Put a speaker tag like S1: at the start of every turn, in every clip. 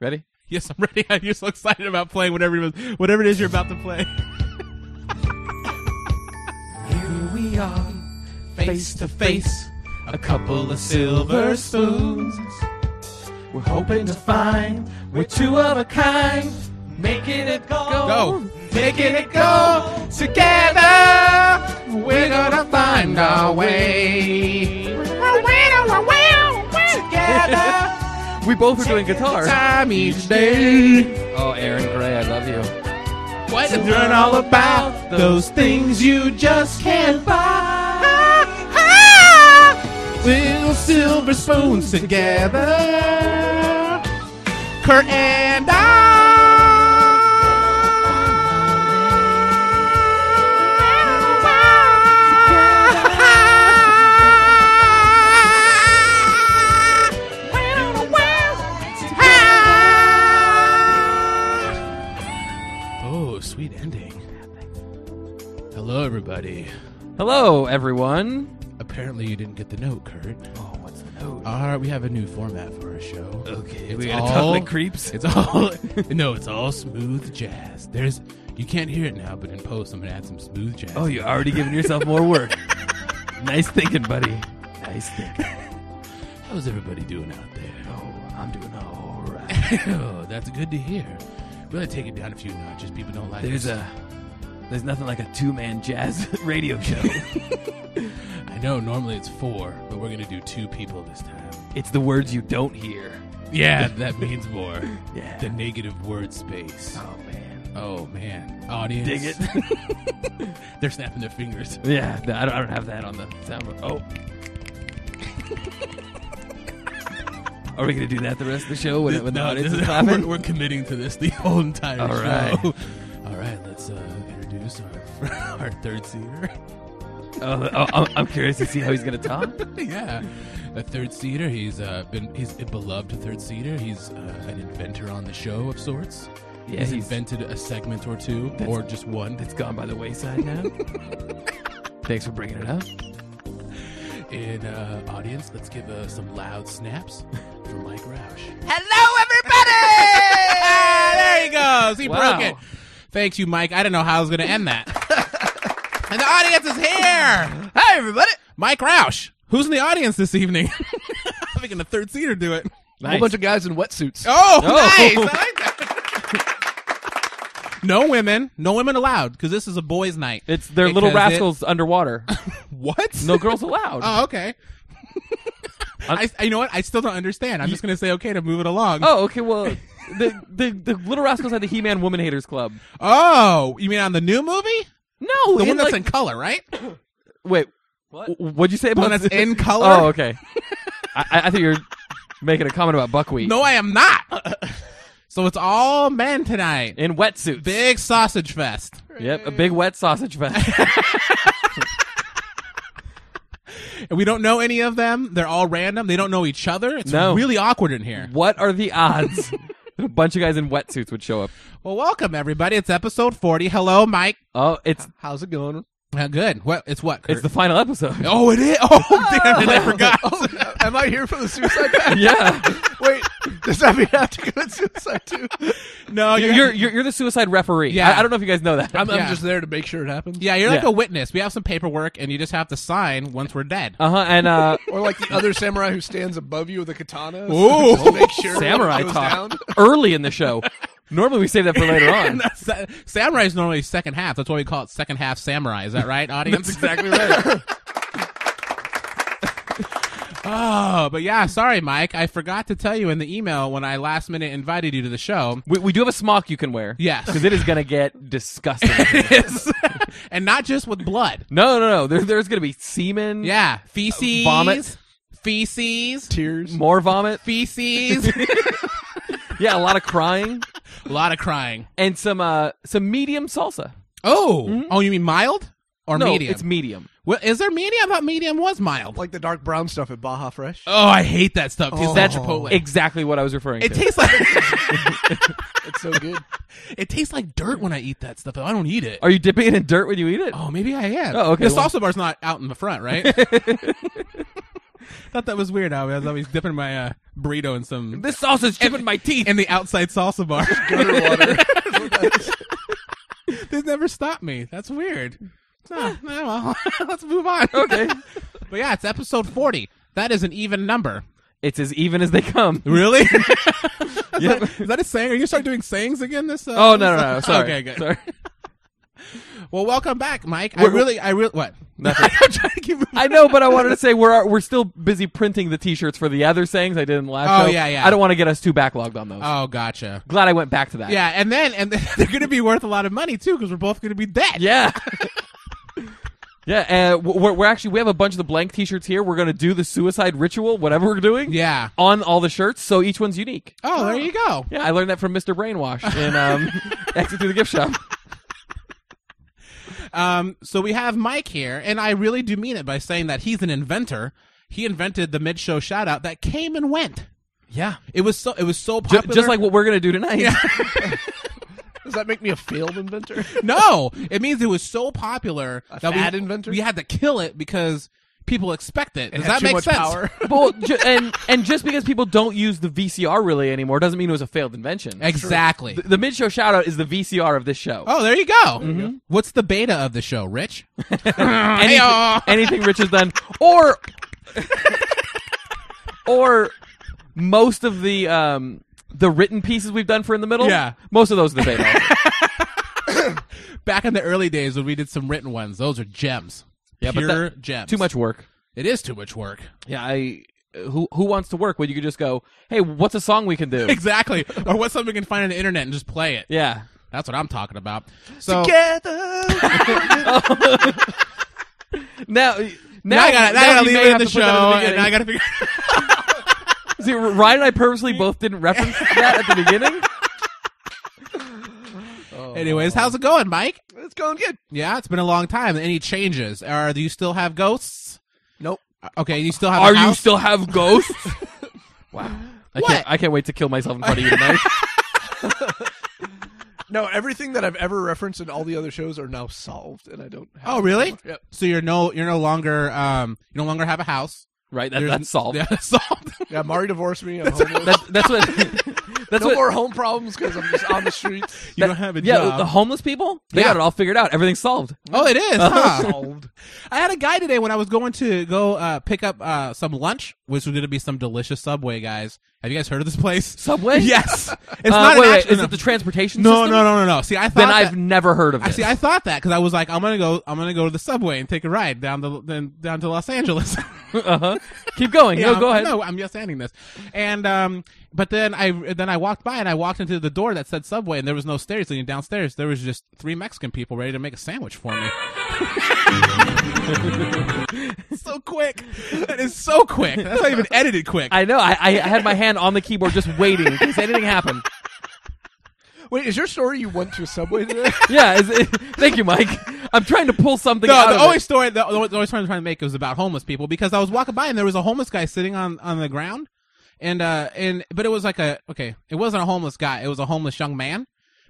S1: Ready?
S2: Yes, I'm ready. I'm just so excited about playing whatever it is, whatever it is you're about to play.
S3: Here we are, face to face, a couple of silver spoons. We're hoping to find we're two of a kind, making it go,
S2: Go.
S3: making it go together. We're gonna find our way. Together,
S1: We both are doing guitar.
S3: time each day.
S1: Oh, Aaron Gray, I love you.
S2: What?
S3: Learn all about those things you just can't buy. Little silver spoons together. Kurt and I.
S2: Oh, sweet ending. Hello, everybody.
S1: Hello, everyone.
S2: Apparently, you didn't get the note, Kurt.
S1: Oh, what's the note?
S2: Our, we have a new format for our show.
S1: Okay,
S2: It's
S1: we gotta
S2: all-
S1: talk like creeps.
S2: It's all no, it's all smooth jazz. There's you can't hear it now, but in post, I'm gonna add some smooth jazz.
S1: Oh, you're already giving yourself more work. nice thinking, buddy. Nice thinking.
S2: how's everybody doing out there?
S1: Oh, I'm doing all right.
S2: Oh, that's good to hear. We gotta take it down a few notches. People don't like
S1: There's
S2: us.
S1: a, there's nothing like a two-man jazz radio show.
S2: I know normally it's four, but we're gonna do two people this time.
S1: it's the words you don't hear.
S2: Yeah, that means more.
S1: Yeah.
S2: The negative word space.
S1: oh man.
S2: Oh man, audience,
S1: Dig it.
S2: They're snapping their fingers.
S1: yeah, no, I don't, I don't have that on the soundboard. Oh. Are we gonna do that the rest of the show when, when the
S2: No,
S1: audience
S2: this
S1: is
S2: is-
S1: clapping?
S2: We're, we're committing to this the whole entire
S1: All
S2: show.
S1: right.
S2: All right, let's uh, introduce our our third seater.
S1: Oh, oh, I'm, I'm curious to see how he's gonna talk.
S2: yeah, a third seater. He's uh, been he's a beloved third seater. He's uh, an inventor on the show of sorts.
S1: Yeah,
S2: he's,
S1: he's-
S2: invented a segment or two,
S1: That's-
S2: or just one.
S1: It's gone by the wayside now. Thanks for bringing it up.
S2: In uh, audience, let's give uh, some loud snaps for Mike Roush. Hello, everybody! there he goes. He
S1: Wow.
S2: broke it. Thank you, Mike. I don't know how I was going to end that. and the audience is here. Hi, everybody. Mike Roush. Who's in the audience this evening? I'm making a third seater do it.
S4: A whole bunch of guys in wetsuits.
S2: Oh,
S1: Oh.
S2: nice. I like that. no women. No women allowed because this is a boys' night.
S1: It's they're little
S2: Because it-
S1: rascals underwater.
S2: What?
S1: No girls allowed.
S2: Oh, okay. I, I- you know what? I still don't understand. I'm just gonna say okay to move it along.
S1: oh, okay. Well, the, the the little rascals had the He-Man Woman Haters Club.
S2: Oh, you mean on the new movie?
S1: No,
S2: The one
S1: in,
S2: that's
S1: like-
S2: in color, right?
S1: Wait, what? What'd you say about
S2: one that's in color?
S1: Oh, okay. I, I I think you're making a comment about buckwheat
S2: No, I am not. so it's all men tonight.
S1: in wetsuits.
S2: Big sausage fest.
S1: Yep, a big wet sausage fest.
S2: And we don't know any of them. They're all random. They don't know each other. It's
S1: No.
S2: really awkward in here.
S1: what are the odds that a bunch of guys in wetsuits would show up?
S2: Well, welcome everybody. It's episode 40. Hello, Mike.
S1: Oh, it's
S4: How's it going?
S2: Uh, good. What? It's what? Kurt?
S1: it's the Oh. final episode.
S2: oh, it is. Oh, damn it! I forgot.
S4: Uh, Am I here for the suicide pact?
S1: yeah,
S4: Wait, does that mean I have to commit suicide too?
S2: no,
S1: you're, you're you're you're the suicide referee.
S2: Yeah.
S1: I, I don't know if you guys know that.
S4: I'm,
S2: Yeah.
S4: I'm just there to make sure it happens.
S2: Yeah, you're like
S1: Yeah.
S2: a witness. We have some paperwork, and you just have to sign once we're dead.
S1: Uh huh. And uh,
S4: Or like the other samurai who stands above you with a katana. so
S2: Ooh.
S4: just to make sure when it
S1: samurai
S4: goes
S1: talk
S4: down.
S1: early in the show. Normally we save that for later on.
S2: That's- that- samurai is normally second half. That's why we call it second half samurai. Is that right, audience?
S1: exactly right.
S2: oh, but yeah, sorry, Mike. I forgot to tell you in the email when I last minute invited you to the show.
S1: We, we do have a smock you can wear.
S2: Yes.
S1: because it is gonna get disgusting.
S2: and not just with blood.
S1: no, no, no. There, there's gonna be semen.
S2: Yeah, feces,
S1: Vomit.
S2: feces,
S4: Tears.
S1: More vomit.
S2: feces.
S1: Yeah, a lot of crying
S2: a lot of crying.
S1: and some uh some medium salsa.
S2: Oh, oh, you mean mild or
S1: Mm-hmm. no,
S2: medium?
S1: it's medium.
S2: well, is there medium? I thought medium was mild.
S4: Like the dark brown stuff at Baja Fresh.
S2: oh, I hate that stuff. Tastes like
S1: That's
S2: Chipotle.
S1: exactly what I was referring
S2: It
S1: to.
S2: tastes like
S4: It's so good.
S2: it tastes like dirt when I eat that stuff. Though I don't eat it.
S1: Are you dipping it in dirt when you eat it?
S2: oh, maybe I am.
S1: Oh, okay,
S2: The
S1: well-
S2: salsa bar's not out in the front, right? Thought that was weird. How I was always dipping my uh, burrito and some
S1: This sauce is chipping my teeth.
S2: and the outside salsa bar.
S4: Gutter water. What the heck?
S2: they never stopped me. That's weird. Huh, well, let's move on.
S1: okay.
S2: But yeah, it's episode 40. That is an even number.
S1: It's as even as they come.
S2: Really? Is that a saying? Are you gonna start doing sayings again? This? Uh,
S1: Oh, no, no, no. Sorry.
S2: Okay, good.
S1: Sorry.
S2: Well, welcome back, Mike. I
S1: We're-
S2: really, I really, what?
S1: Nothing.
S2: I'm trying to keep.
S1: I know, but I wanted to say we're we're still busy printing the T-shirts for the other sayings I did in the last
S2: Oh,
S1: show.
S2: yeah, yeah.
S1: I don't want to get us too backlogged on those.
S2: Oh, gotcha.
S1: Glad I went back to that.
S2: Yeah, and then and then they're going to be worth a lot of money too because we're both going to be dead.
S1: yeah, yeah. Uh, we're, we're actually we have a bunch of the blank T-shirts here. We're gonna do the suicide ritual, whatever we're doing.
S2: Yeah.
S1: on all the shirts, so each one's unique.
S2: Oh, there you go.
S1: Yeah, I learned that from Mr. Brainwash in um, Exit Through the Gift Shop.
S2: Um, so we have Mike here, and I really do mean it by saying that he's an inventor. He invented the mid-show shout-out that came and went.
S1: Yeah,
S2: It was so it was so
S1: J-
S2: popular.
S1: just like what we're gonna do tonight.
S4: Does that make me a failed inventor?
S2: no, it means it was so popular
S4: A
S2: that we
S4: fad inventor?
S2: We had to kill it because people expect it. Does
S4: had
S2: that
S4: too
S2: make
S4: much
S2: sense?
S4: power.
S1: But, well, ju- and and just because people don't use the VCR really anymore doesn't mean it was a failed invention.
S2: Exactly.
S1: The, the mid-show shout-out is the VCR of this show.
S2: Oh, there you go.
S1: Mm-hmm.
S2: What's the beta of the show, Rich?
S1: anything,
S2: Heyo.
S1: anything Rich has done, or or most of the um, the written pieces we've done for in the middle.
S2: Yeah.
S1: most of those are the beta.
S2: Back in the early days when we did some written ones, those are gems.
S1: Yeah, but
S2: Pure
S1: that-
S2: gems.
S1: Too much work.
S2: It is too much work.
S1: Yeah, I who who wants to work when you could just go, hey, what's a song we can do?
S2: Exactly. or what's something we can find on the internet and just play it.
S1: Yeah.
S2: That's what I'm talking about. So
S4: Together.
S1: Now. Now,
S2: now I gotta, now I gotta
S1: you
S2: leave
S1: may
S2: it in
S1: have
S2: the
S1: to
S2: show,
S1: put that in the
S2: and
S1: beginning.
S2: I gotta figure.
S1: See, Ryan and I purposely both didn't reference that at the beginning.
S2: Anyways, how's it going, Mike?
S4: It's going good.
S2: Yeah, it's been a long time. Any changes? Or do you still have ghosts? Uh,
S4: Nope.
S2: Okay, you still have.
S1: Are
S2: a
S1: you
S2: house?
S1: still have ghosts? wow. I
S2: What?
S1: can't, I can't wait to kill myself in front of you tonight.
S4: No, everything that I've ever referenced in all the other shows are now solved, and I don't. Have
S2: Oh, really?
S4: Yep.
S2: So you're no, you're no longer, um, you no longer have a house.
S1: right? That,
S2: There's-
S1: that's solved.
S2: Yeah, solved.
S4: Yeah, Mari divorced me. I'm homeless.
S1: That's, that's what. That's
S4: no
S1: what.
S4: more home problems because I'm just on the streets.
S2: you don't have a
S1: yeah,
S2: job.
S1: the homeless people. They
S2: Yeah.
S1: got it all figured out. Everything's solved.
S2: oh, it is. huh?
S4: Solved.
S2: I had a guy today when I was going to go uh, pick up uh, some lunch, which was going to be some delicious Subway, guys. Have you guys heard of this place?
S1: Subway.
S2: Yes, it's
S1: Uh,
S2: not
S1: wait,
S2: an
S1: wait,
S2: actual-
S1: is it the transportation?
S2: no,
S1: system?
S2: no, no, no, no. See, I thought
S1: Then
S2: that-
S1: I've never heard of
S2: I
S1: it.
S2: see. I thought that because I was like, I'm gonna go. I'm gonna go to the subway and take a ride down the then down to Los Angeles.
S1: uh huh. Keep going.
S2: Yeah,
S1: no, go ahead.
S2: I'm- No, I'm just ending this. And um, but then I then I walked by and I walked into the door that said Subway and there was no stairs leading downstairs. There was just three Mexican people ready to make a sandwich for me. so quick. That is so quick. That's not even edited quick.
S1: I know. I, I had my hand on the keyboard just waiting in case anything happened.
S4: Wait, is your story you went to a subway today?
S1: Yeah. Is it, thank you, Mike. I'm trying to pull something out
S2: no, the
S1: of
S2: only
S1: it.
S2: story the, the only story I'm trying to make was about homeless people because I was walking by and there was a homeless guy sitting on on the ground, and uh and but it was like a okay, it wasn't a homeless guy, it was a homeless young man,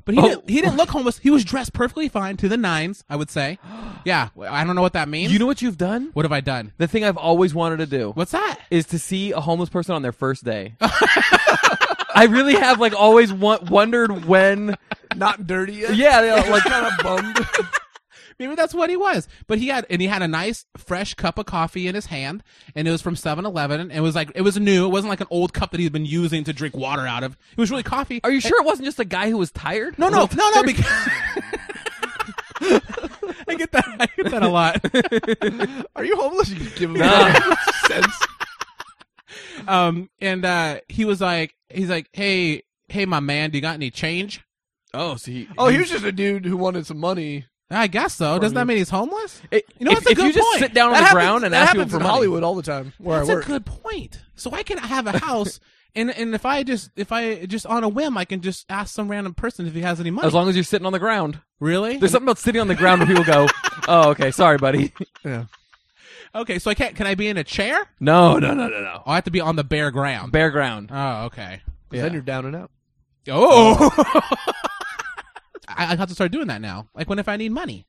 S2: but he
S1: Oh.
S2: didn't, he didn't look homeless. He was dressed perfectly fine to the nines, I would say. Yeah, well, I don't know what that means.
S1: You know what you've done?
S2: what have I done?
S1: The thing I've always wanted to do.
S2: What's that?
S1: is to see a homeless person on their first day. I really have like always wa- wondered when.
S4: Not dirty yet.
S1: Yeah, they,
S4: like
S1: like
S4: kind of bummed.
S2: Maybe that's what he was. But he had and he had a nice fresh cup of coffee in his hand, and it was from 7-Eleven, and it was like it was new. It wasn't like an old cup that he'd been using to drink water out of. It was really coffee.
S1: are you sure it wasn't just a guy who was tired?
S2: No, no, no, no. Because I get that. I get that a lot.
S4: Are you homeless? You give him
S1: Nah.
S4: that sense.
S2: Um, and uh, he was like, he's like, hey, hey, my man, do you got any change?
S1: Oh, see.
S4: Oh, he was just a dude who wanted some money.
S2: I guess so. Doesn't that mean he's homeless? You know,
S1: Eh, if,
S2: that's a
S1: if
S2: good
S1: you just
S2: point.
S1: sit down on
S4: that
S1: the
S4: happens,
S1: ground and
S4: that
S1: ask people
S4: happens
S1: for
S4: in
S1: money.
S4: Hollywood all the time where
S2: That's
S4: I
S2: a
S4: work.
S2: good point. So I can have a house, and and if I just if I just on a whim, I can just ask some random person if he has any money.
S1: As long as you're sitting on the ground.
S2: really?
S1: There's something about sitting on the ground where people go, "Oh, okay, sorry, buddy."
S4: Yeah.
S2: Okay, so I can't. Can I be in a chair?
S1: No, no, no, no, no.
S2: Oh, I have to be on the bare ground.
S1: Bare ground.
S2: oh, okay.
S4: 'Cause Then you're down and out.
S2: Oh. I, I have to start doing that now. Like when if I need money.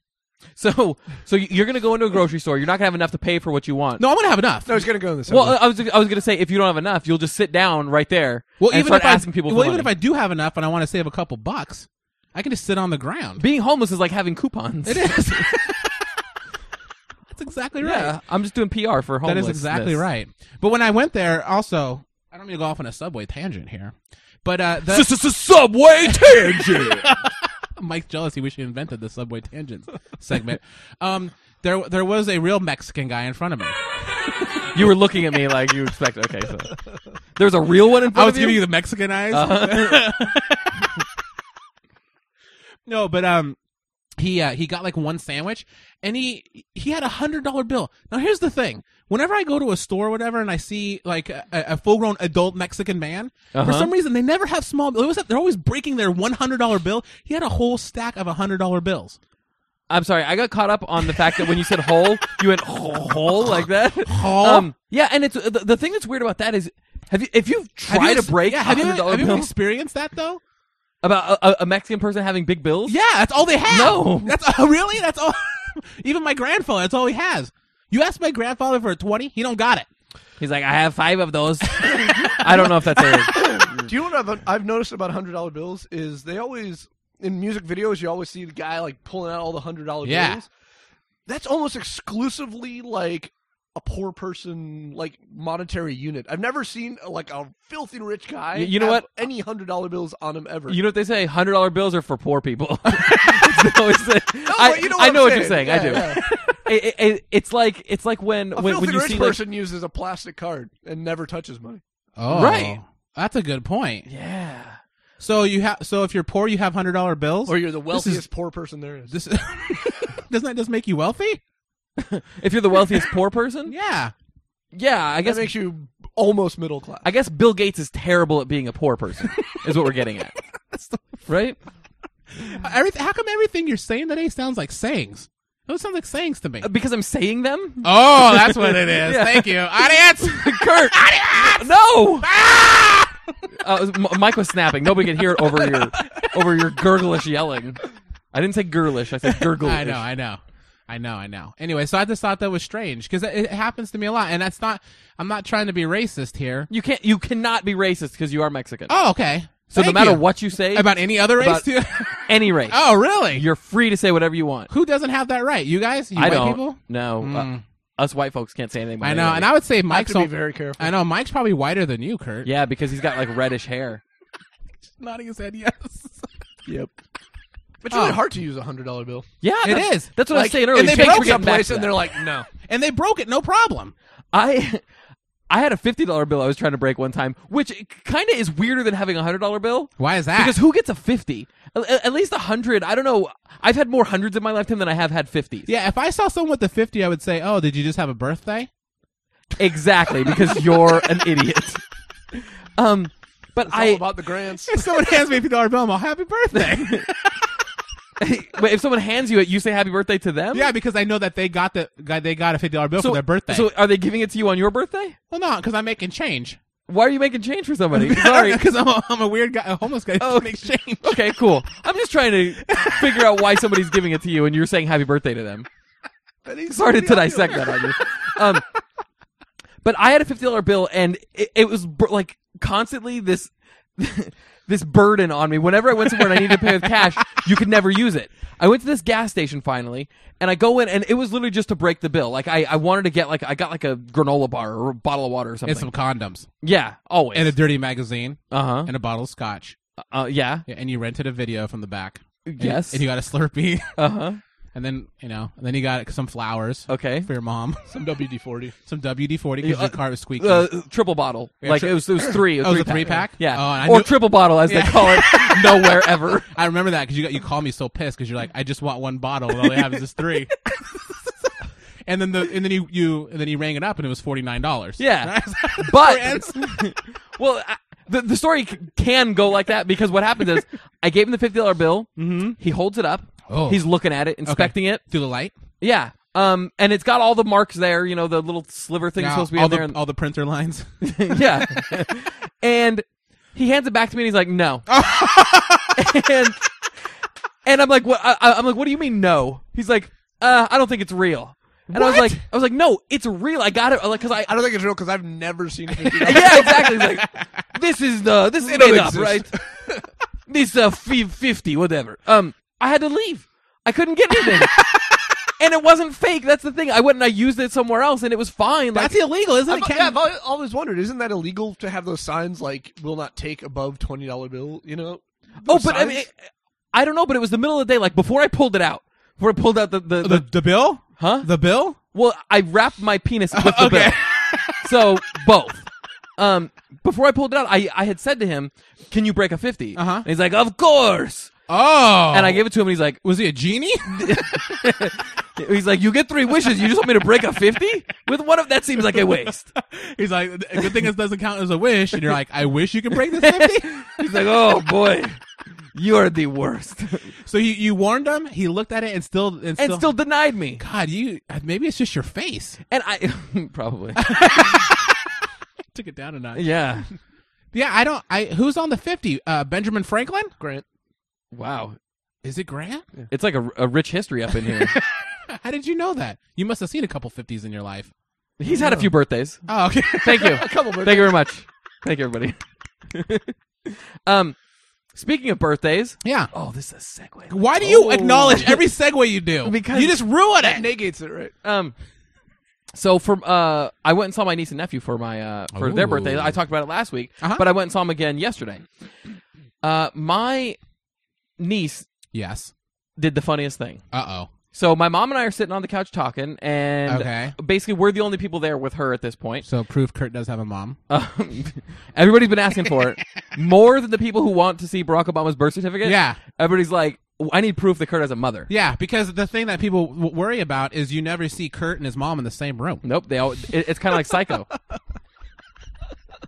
S1: So, so you're gonna go into a grocery store. You're not gonna have enough to pay for what you want.
S2: No, I'm gonna have enough.
S4: No, it's gonna go in the
S1: Well, I was I was gonna say if you don't have enough, you'll just sit down right there.
S2: well,
S1: and
S2: even
S1: start
S2: if I,
S1: asking people.
S2: well,
S1: for
S2: even
S1: money.
S2: if I do have enough and I want to save a couple bucks, I can just sit on the ground.
S1: being homeless is like having coupons.
S2: It is. That's exactly right.
S1: Yeah, I'm just doing PR for homeless.
S2: That is exactly right. But when I went there, also, I don't mean to go off on a subway tangent here, but uh, the,
S1: This is a subway tangent.
S2: Mike's jealous. He wish he invented the subway tangents segment. Um, there, there was a real Mexican guy in front of me.
S1: you were looking at me like you expect. Okay, so there's a real one in front
S2: I was
S1: of
S2: giving you
S1: you.
S2: the Mexican eyes. no, but um, he uh, he got like one sandwich, and he he had a hundred dollar bill. Now here's the thing: whenever I go to a store, or whatever, and I see like a, a full grown adult Mexican man, for
S1: Uh-huh.
S2: some reason they never have small. They always have, they're always breaking their one hundred dollar bill. He had a whole stack of hundred dollar bills.
S1: I'm sorry, I got caught up on the fact that when you said hole, you went hole, hole like that. Um,
S2: Hole?
S1: yeah, and it's uh, the, the thing that's weird about that is, have you if you've
S2: Have
S1: tried
S2: you
S1: to break
S2: yeah, have you,
S1: hundred dollar
S2: have you
S1: bills
S2: experienced that though?
S1: about a, a- a Mexican person having big bills?
S2: Yeah, that's all they have.
S1: No.
S2: that's uh, really that's all. Even my grandfather, that's all he has. You ask my grandfather for a twenty, he don't got it.
S1: He's like, I have five of those. I don't know if that's it.
S4: Do you know what I've, I've noticed about hundred dollar bills is they always in music videos you always see the guy like pulling out all the hundred dollar
S2: Yeah.
S4: bills. That's almost exclusively like a poor person like monetary unit. I've never seen like a filthy rich guy.
S1: Y- you know
S4: have
S1: what?
S4: Any hundred dollar bills on him ever?
S1: You know what they say? Hundred dollar bills are for poor people. It's always the- I,
S4: but you know
S1: I
S4: what
S1: know
S4: I'm
S1: what you're saying.
S4: saying.
S1: I do.
S4: Yeah,
S1: It- it- it- it's like it's like when
S4: a
S1: when,
S4: filthy
S1: when you
S4: rich
S1: see like-
S4: person uses a plastic card and never touches money.
S2: Oh,
S1: Right.
S2: That's a good point.
S1: yeah.
S2: So you have so if you're poor, you have hundred dollar bills.
S4: Or you're
S2: This
S4: the
S2: is-
S4: wealthiest poor person there is.
S2: this doesn't that just make you wealthy?
S1: If you're the wealthiest poor person,
S2: Yeah.
S1: yeah, I
S4: that
S1: guess
S4: makes you almost middle class.
S1: I guess Bill Gates is terrible at being a poor person, is what we're getting at. right?
S2: Everything. How come everything you're saying today sounds like sayings? Those sound like sayings to me.
S1: Uh, Because I'm saying them?
S2: Oh, that's what it is.
S1: Yeah.
S2: Thank you, audience.
S1: Kurt! no!
S4: Ah!
S1: Uh, M- Mike was snapping. Nobody could hear it over your over your gurglish yelling. I didn't say girlish. I said gurglish.
S2: I know, I know, I know, I know. Anyway, so I just thought that was strange because it, it happens to me a lot, and that's not. I'm not trying to be racist here.
S1: You can't. You cannot be racist because you are Mexican.
S2: Oh, okay.
S1: so
S2: Thank
S1: no matter
S2: you.
S1: what you say
S2: about any other race
S1: about
S2: too.
S1: any race,
S2: oh, really?
S1: you're free to say whatever you want.
S2: Who doesn't have that right? You guys? You
S1: I
S2: white
S1: don't.
S2: people?
S1: No,
S2: Mm.
S1: uh, us white folks can't say anything. About
S2: I know,
S1: anybody.
S2: and I would say
S4: I have
S2: Mike's.
S4: to be
S2: al-
S4: very careful.
S2: I know Mike's probably whiter than you, Kurt.
S1: yeah, because he's got like reddish hair.
S2: nodding his head yes.
S4: Yep. It's really
S2: Oh.
S4: hard to use a hundred dollar bill.
S1: Yeah,
S2: It
S1: that's,
S2: is.
S1: That's what I was
S4: Like,
S1: saying earlier.
S4: And they
S1: Thanks for
S4: broke
S1: getting
S4: up
S1: back
S4: place
S1: to
S4: and
S1: that.
S4: they're like, no.
S2: And they broke it, no problem.
S1: I I had a fifty dollar bill I was trying to break one time, which kind of is weirder than having a hundred dollar bill.
S2: Why is that?
S1: Because who gets a fifty? At, at least a hundred. I don't know. I've had more hundreds in my lifetime than I have had fifties.
S2: yeah, if I saw someone with the fifty, I would say, "Oh, did you just have a birthday?"
S1: exactly. Because you're an idiot. Um, but
S4: It's all
S1: I,
S4: about the grants.
S2: If someone hands me a fifty dollar bill, I'm all happy birthday.
S1: but if someone hands you it, you say happy birthday to them.
S2: yeah, because I know that they got the guy. They got a fifty dollar bill
S1: So
S2: for their birthday.
S1: So are they giving it to you on your birthday?
S2: well, no, because I'm making change.
S1: Why are you making change for somebody? Sorry.
S2: because I'm, a- I'm a weird guy, a homeless guy. Oh, makes change.
S1: Okay, cool. I'm just trying to figure out why somebody's giving it to you and you're saying happy birthday to them. Sorry to dissect that on you. Um, but I had a fifty dollar bill, and it, it was bur- like constantly this this burden on me. Whenever I went somewhere and I needed to pay with cash, you could never use it. I went to this gas station finally, and I go in, and it was literally just to break the bill. Like I, I wanted to get like I got like a granola bar or a bottle of water or something.
S2: And some condoms,
S1: yeah, always.
S2: and a dirty magazine,
S1: uh
S2: and a bottle of scotch.
S1: huh. Uh yeah.
S2: Yeah, and you rented a video from the back. And-
S1: Yes.
S2: And you got a Slurpee,
S1: Uh huh.
S2: and then you know, and then you got some flowers
S1: Okay.
S2: for your mom,
S4: Some WD forty.
S2: some WD forty because
S1: Yeah, uh,
S2: your car was squeaking.
S1: Uh, triple bottle. like
S2: tri-
S1: it was, it was three. It was
S2: Oh, it was a
S1: three
S2: three-pack?
S1: Yeah.
S2: Oh, and I
S1: or
S2: knew-
S1: triple bottle, as they
S2: Yeah.
S1: call it, nowhere ever.
S2: I remember that because you got you called me so pissed because you're like, I just want one bottle, and all they have is this three. and then the and then you you and then you rang it up, and it was forty nine dollars.
S1: Yeah.
S2: And-
S1: but well, I, the the story c- can go like that because what happens is I gave him the fifty dollar bill. Mm-hmm. He holds it up.
S2: Oh.
S1: He's looking at it, inspecting it.
S2: through the light,
S1: Yeah. Um, and it's got all the marks there. You know, the little sliver thing
S2: Now,
S1: supposed to be
S2: all
S1: in
S2: the
S1: there. and-
S2: all the printer lines.
S1: yeah. and he hands it back to me and he's like, no. and, and I'm like, what? I, I'm like, what do you mean no? He's like, uh, I don't think it's real. And I was like, I was like, no, it's real. I got it. Like, cause I,
S4: I don't think it's real because I've never seen fifty dollars.
S1: yeah, exactly. It's like, this is the, this is
S4: don't
S1: made up,
S4: exist.
S1: right? This, uh, fee- 50, whatever. Um, I had to leave. I couldn't get anything. and it wasn't fake. That's the thing. I went and I used it somewhere else and it was fine. Like,
S2: That's illegal, isn't it?
S4: I've,
S2: Can't-
S4: yeah, I've al- always wondered, isn't that illegal to have those signs like "will not take above twenty dollar bill"? You know?
S1: oh,
S4: Those
S1: but I
S4: signs?
S1: mean, I don't know, but it was the middle of the day. Like, before I pulled it out, before I pulled out the, the,
S2: the,
S1: the
S2: the bill?
S1: huh?
S2: The bill?
S1: Well, I wrapped my penis with the
S2: Okay.
S1: bill. So both. Um, before I pulled it out, I, I had said to him, "Can you break a 50?
S2: Uh-huh.
S1: And he's like, "Of course."
S2: Oh.
S1: And I gave it to him, and he's like,
S2: Was he a genie?
S1: "He's like, you get three wishes. You just want me to break a 50 with one of that seems like a waste."
S2: He's like, a good thing this doesn't count as a wish. And you're like, I wish you could break this 50.
S1: He's like, "Oh boy, you are the worst,"
S2: so you, you warned him. He looked at it and still. And still,
S1: and still denied me.
S2: God, you. Maybe it's just your face.
S1: And I probably,
S2: Took it down a notch.
S1: yeah.
S2: Yeah, I don't. I Who's on the 50? Uh, Benjamin Franklin?
S4: Grant.
S1: Wow,
S2: Is it Grant?
S1: it's like a, a rich history up in here.
S2: How did you know that? You must have seen a couple 50s in your life.
S1: He's had a few birthdays.
S2: Oh, okay.
S1: Thank you.
S4: A couple of
S1: Thank you very much. Thank you, everybody. um, speaking of birthdays,
S2: yeah.
S1: oh, this is a segue.
S2: Why do you
S1: Oh.
S2: acknowledge every segue you do?
S1: Because-
S2: you just ruin
S4: that
S2: it.
S4: negates it, right?
S1: Um, so for uh, I went and saw my niece and nephew for my uh for their
S2: Ooh.
S1: birthday. I talked about it last week,
S2: Uh-huh.
S1: but I went and saw them again yesterday. Uh, my niece
S2: Yes.
S1: did the funniest thing.
S2: Uh oh.
S1: So my mom and I are sitting on the couch talking, and uh,
S2: Okay.
S1: basically we're the only people there with her at this point.
S2: So proof Kurt does have a mom.
S1: Um, everybody's been asking for it more than the people who want to see Barack Obama's birth certificate.
S2: Yeah.
S1: everybody's like, I need proof that Kurt has a mother.
S2: Yeah, because the thing that people w- worry about is you never see Kurt and his mom in the same room.
S1: Nope, they all. It, it's kind of like Psycho,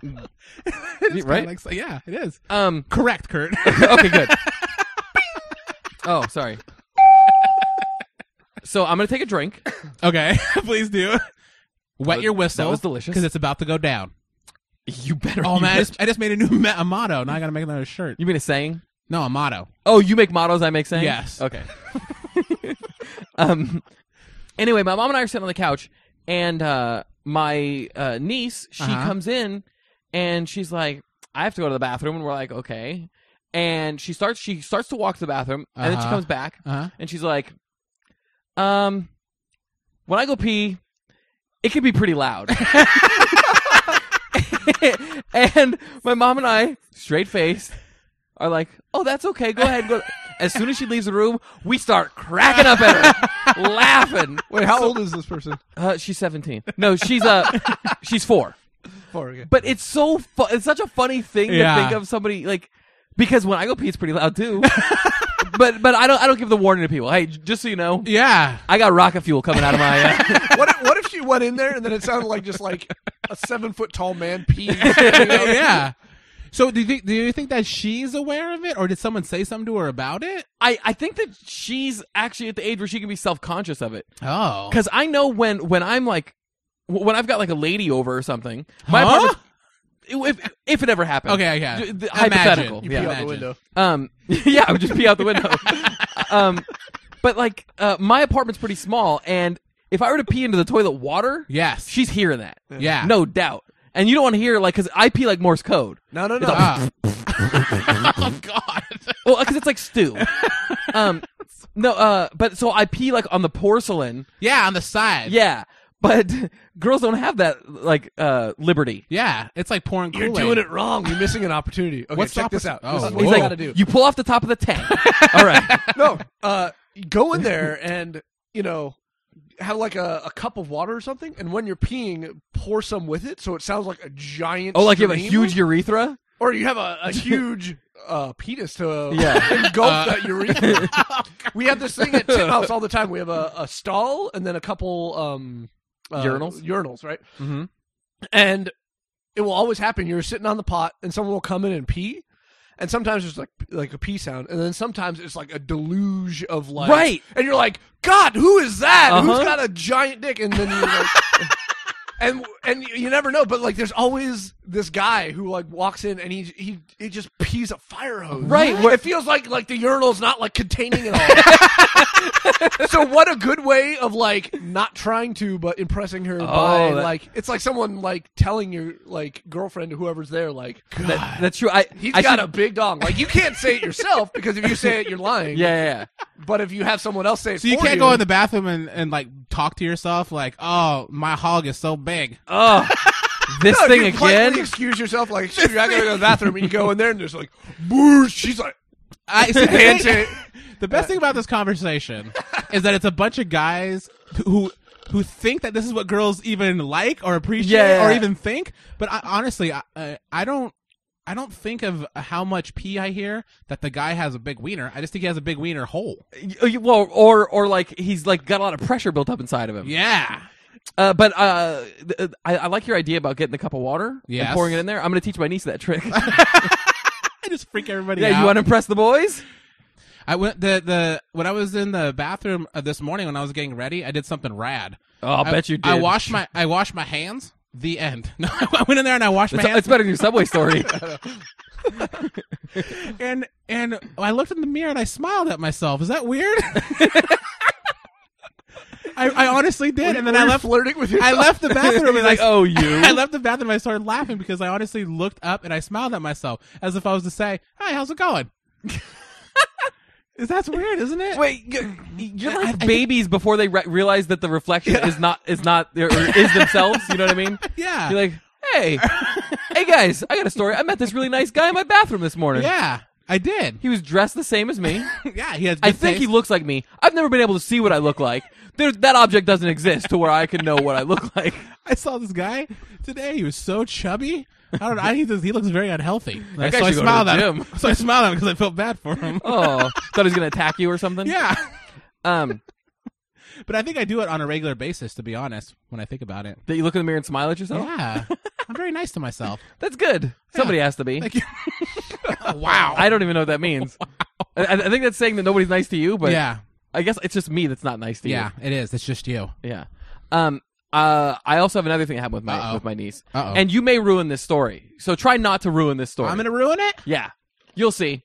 S1: right?
S2: Like, so- yeah, it is.
S1: um.
S2: Correct, Kurt.
S1: Okay, good. oh, sorry. So I'm gonna take a drink.
S2: okay, please do. Wet your whistle.
S1: was delicious.
S2: Because it's about to go down.
S1: You better.
S2: Oh
S1: you
S2: man, I
S1: better-
S2: just, I just made a new ma- a motto. Now I gotta make another shirt.
S1: you mean a saying?
S2: No, a motto.
S1: Oh, you make mottos. I make sayings.
S2: Yes.
S1: Okay. um. Anyway, my mom and I are sitting on the couch, and uh, my uh, niece she
S2: Uh-huh.
S1: comes in, and she's like, "I have to go to the bathroom," and we're like, "Okay." And she starts she starts to walk to the bathroom, and then she
S2: Uh-huh.
S1: comes back,
S2: Uh-huh.
S1: and she's like, "Um, when I go pee, it can be pretty loud." and my mom and I, straight faced, are like, "Oh, that's okay. Go ahead." Go. As soon as she leaves the room, we start cracking up at her, laughing.
S4: Wait, how old is this person?
S1: Uh, she's seventeen. No, she's uh, she's four.
S4: Four again.
S1: But it's so fu- it's such a funny thing
S2: Yeah.
S1: to think of somebody like because when I go pee, it's pretty loud too. but but I don't I don't give the warning to people. Hey, j- just so you know,
S2: Yeah.
S1: I got rocket fuel coming out of my. Uh,
S4: what if, what if she went in there and then it sounded like just like a seven foot tall man peeing?
S2: Oh, yeah. So do you, think, do you think that she's aware of it, or did someone say something to her about it?
S1: I I think that she's actually at the age where she can be self conscious of it
S2: Oh,
S1: because I know when when I'm like w- when I've got like a lady over or something. My
S2: Huh?
S1: apartment. If if it ever happened,
S2: Okay, yeah.
S1: D- d-
S2: Imagine.
S1: hypothetical.
S2: You
S4: Pee
S1: yeah.
S4: out the
S2: Imagine.
S4: window.
S1: Um, yeah, I would just pee out the window. um, but like, uh, my apartment's pretty small, and if I were to pee into the toilet water,
S2: yes.
S1: she's hearing that,
S2: yeah.
S1: no doubt. And you don't want to hear like, because I pee like Morse code.
S4: No, no, no.
S2: Ah. oh God.
S1: Well, because it's like stew. um, no, uh, but so I pee like on the porcelain.
S2: Yeah, on the side.
S1: Yeah, but girls don't have that like uh liberty.
S2: Yeah, it's like pouring
S4: You're
S2: Kool-Aid.
S4: doing it wrong. You're missing an opportunity. Okay,
S2: What's the
S4: check this out.
S2: opportu-
S4: This
S2: Oh,
S4: is
S2: whoa.
S4: what
S1: He's
S4: you
S1: like,
S4: gotta do.
S1: you pull off the top of the tank. All right.
S4: no, uh, go in there and you know have like a, a cup of water or something, and when you're peeing, pour some with it, so it sounds like a giant.
S1: Oh, like you have a
S4: stream.
S1: huge urethra.
S4: or you have a, a huge uh, penis
S1: Oh.
S4: to
S1: Yeah.
S4: engulf
S2: Uh.
S4: that urethra. we have this thing at Tim House all the time. We have a, a stall and then a couple um, uh,
S1: Urinals?
S4: urinals, right?
S2: Mm-hmm.
S4: And it will always happen. You're sitting on the pot, and someone will come in and pee. And sometimes it's like like a pee sound, and then sometimes it's like a deluge of like
S1: Right.
S4: and you're like, God, who is that?
S1: Uh-huh.
S4: Who's got a giant dick? And then you're like, and and you you never know, but like there's always this guy who like walks in and he he he just pees a fire hose.
S1: Right, where-
S4: It feels like like the urinal's not like containing it all. so what a good way of like not trying to but impressing her by
S1: Oh, that-
S4: like it's like someone like telling your like girlfriend or whoever's there like
S1: That- that's true. I
S4: he's
S1: I
S4: got
S1: should-
S4: a big dong. Like you can't say it yourself because if you say it you're lying.
S1: Yeah, yeah, yeah.
S4: But if you have someone else say it
S2: So you
S4: for
S2: can't go in the bathroom and, and like talk to yourself like, oh, my hog is so big.
S1: Oh, this
S4: No,
S1: thing
S4: you politely
S1: again.
S4: Excuse yourself, like excuse me, I gotta go to the bathroom, and you go in there, and there's like, boosh. She's like,
S2: I, see, the, thing,
S4: Handshake.
S2: the best thing about this conversation is that it's a bunch of guys who who think that this is what girls even like or appreciate
S1: Yeah.
S2: or even think. But I, honestly, I, I I don't I don't think of how much pee I hear that the guy has a big wiener. I just think he has a big wiener hole.
S1: Y- Well, or or like he's like got a lot of pressure built up inside of him.
S2: Yeah,
S1: Uh, but uh, th- I, I like your idea about getting the cup of water
S2: Yes.
S1: and pouring it in there. I'm going to teach my niece that trick.
S2: I just freak everybody out.
S1: yeah, you want to impress the boys?
S2: I went the the when I was in the bathroom uh, this morning when I was getting ready, I did something rad.
S1: Oh, I'll
S2: I-
S1: bet you did.
S2: I washed my I washed my hands. The end. No, I went in there and I washed my
S1: It's,
S2: hands.
S1: it's better than your subway story.
S2: and and I looked in the mirror and I smiled at myself. Is that weird? I, I honestly did, and then I
S4: "You're
S2: left.
S4: flirting with
S2: I
S4: yourself.
S2: left the bathroom
S1: He's
S2: and
S1: like,
S2: I,
S1: oh, you.
S2: I left the bathroom. I started laughing because I honestly looked up and I smiled at myself as if I was to say, "Hi, how's it going?" Is that's weird, isn't it?
S1: Wait, y- you're
S2: I- I
S1: like
S2: think-
S1: babies before they re- realize that the reflection is not is not or is themselves. You know what I mean?
S2: Yeah.
S1: You're like, hey, hey guys, I got a story. I met this really nice guy in my bathroom this morning.
S2: yeah, I did.
S1: He was dressed the same as me.
S2: yeah, he has. Good
S1: I think he
S2: taste.
S1: looks like me. I've never been able to see what I look like. There, that object doesn't exist to where I can know what I look like.
S2: I saw this guy today. He was so chubby. I don't know. I, he, does, he looks very unhealthy.
S1: That guy
S2: so I
S1: should go to
S2: smiled
S1: the
S2: at him.
S1: gym.
S2: So I smiled at him because I felt bad for him.
S1: Oh, thought he was gonna attack you or something.
S2: yeah,
S1: Um,
S2: but I think I do it on a regular basis. To be honest, when I think about it,
S1: that you look in the mirror and smile at yourself.
S2: yeah, I'm very nice to myself.
S1: That's good. Somebody has to be.
S2: Thank you. Oh, wow.
S1: I don't even know what that means. I, I think that's saying that nobody's nice to you, but
S2: yeah,
S1: I guess it's just me that's not nice to
S2: yeah, it is. It's just you.
S1: you. Yeah. Um. Uh. I also have another thing that happened with my
S2: Uh-oh.
S1: with my niece,
S2: Uh-oh.
S1: and you may ruin this story. So try not to ruin this story.
S2: I'm gonna ruin it.
S1: Yeah, you'll see.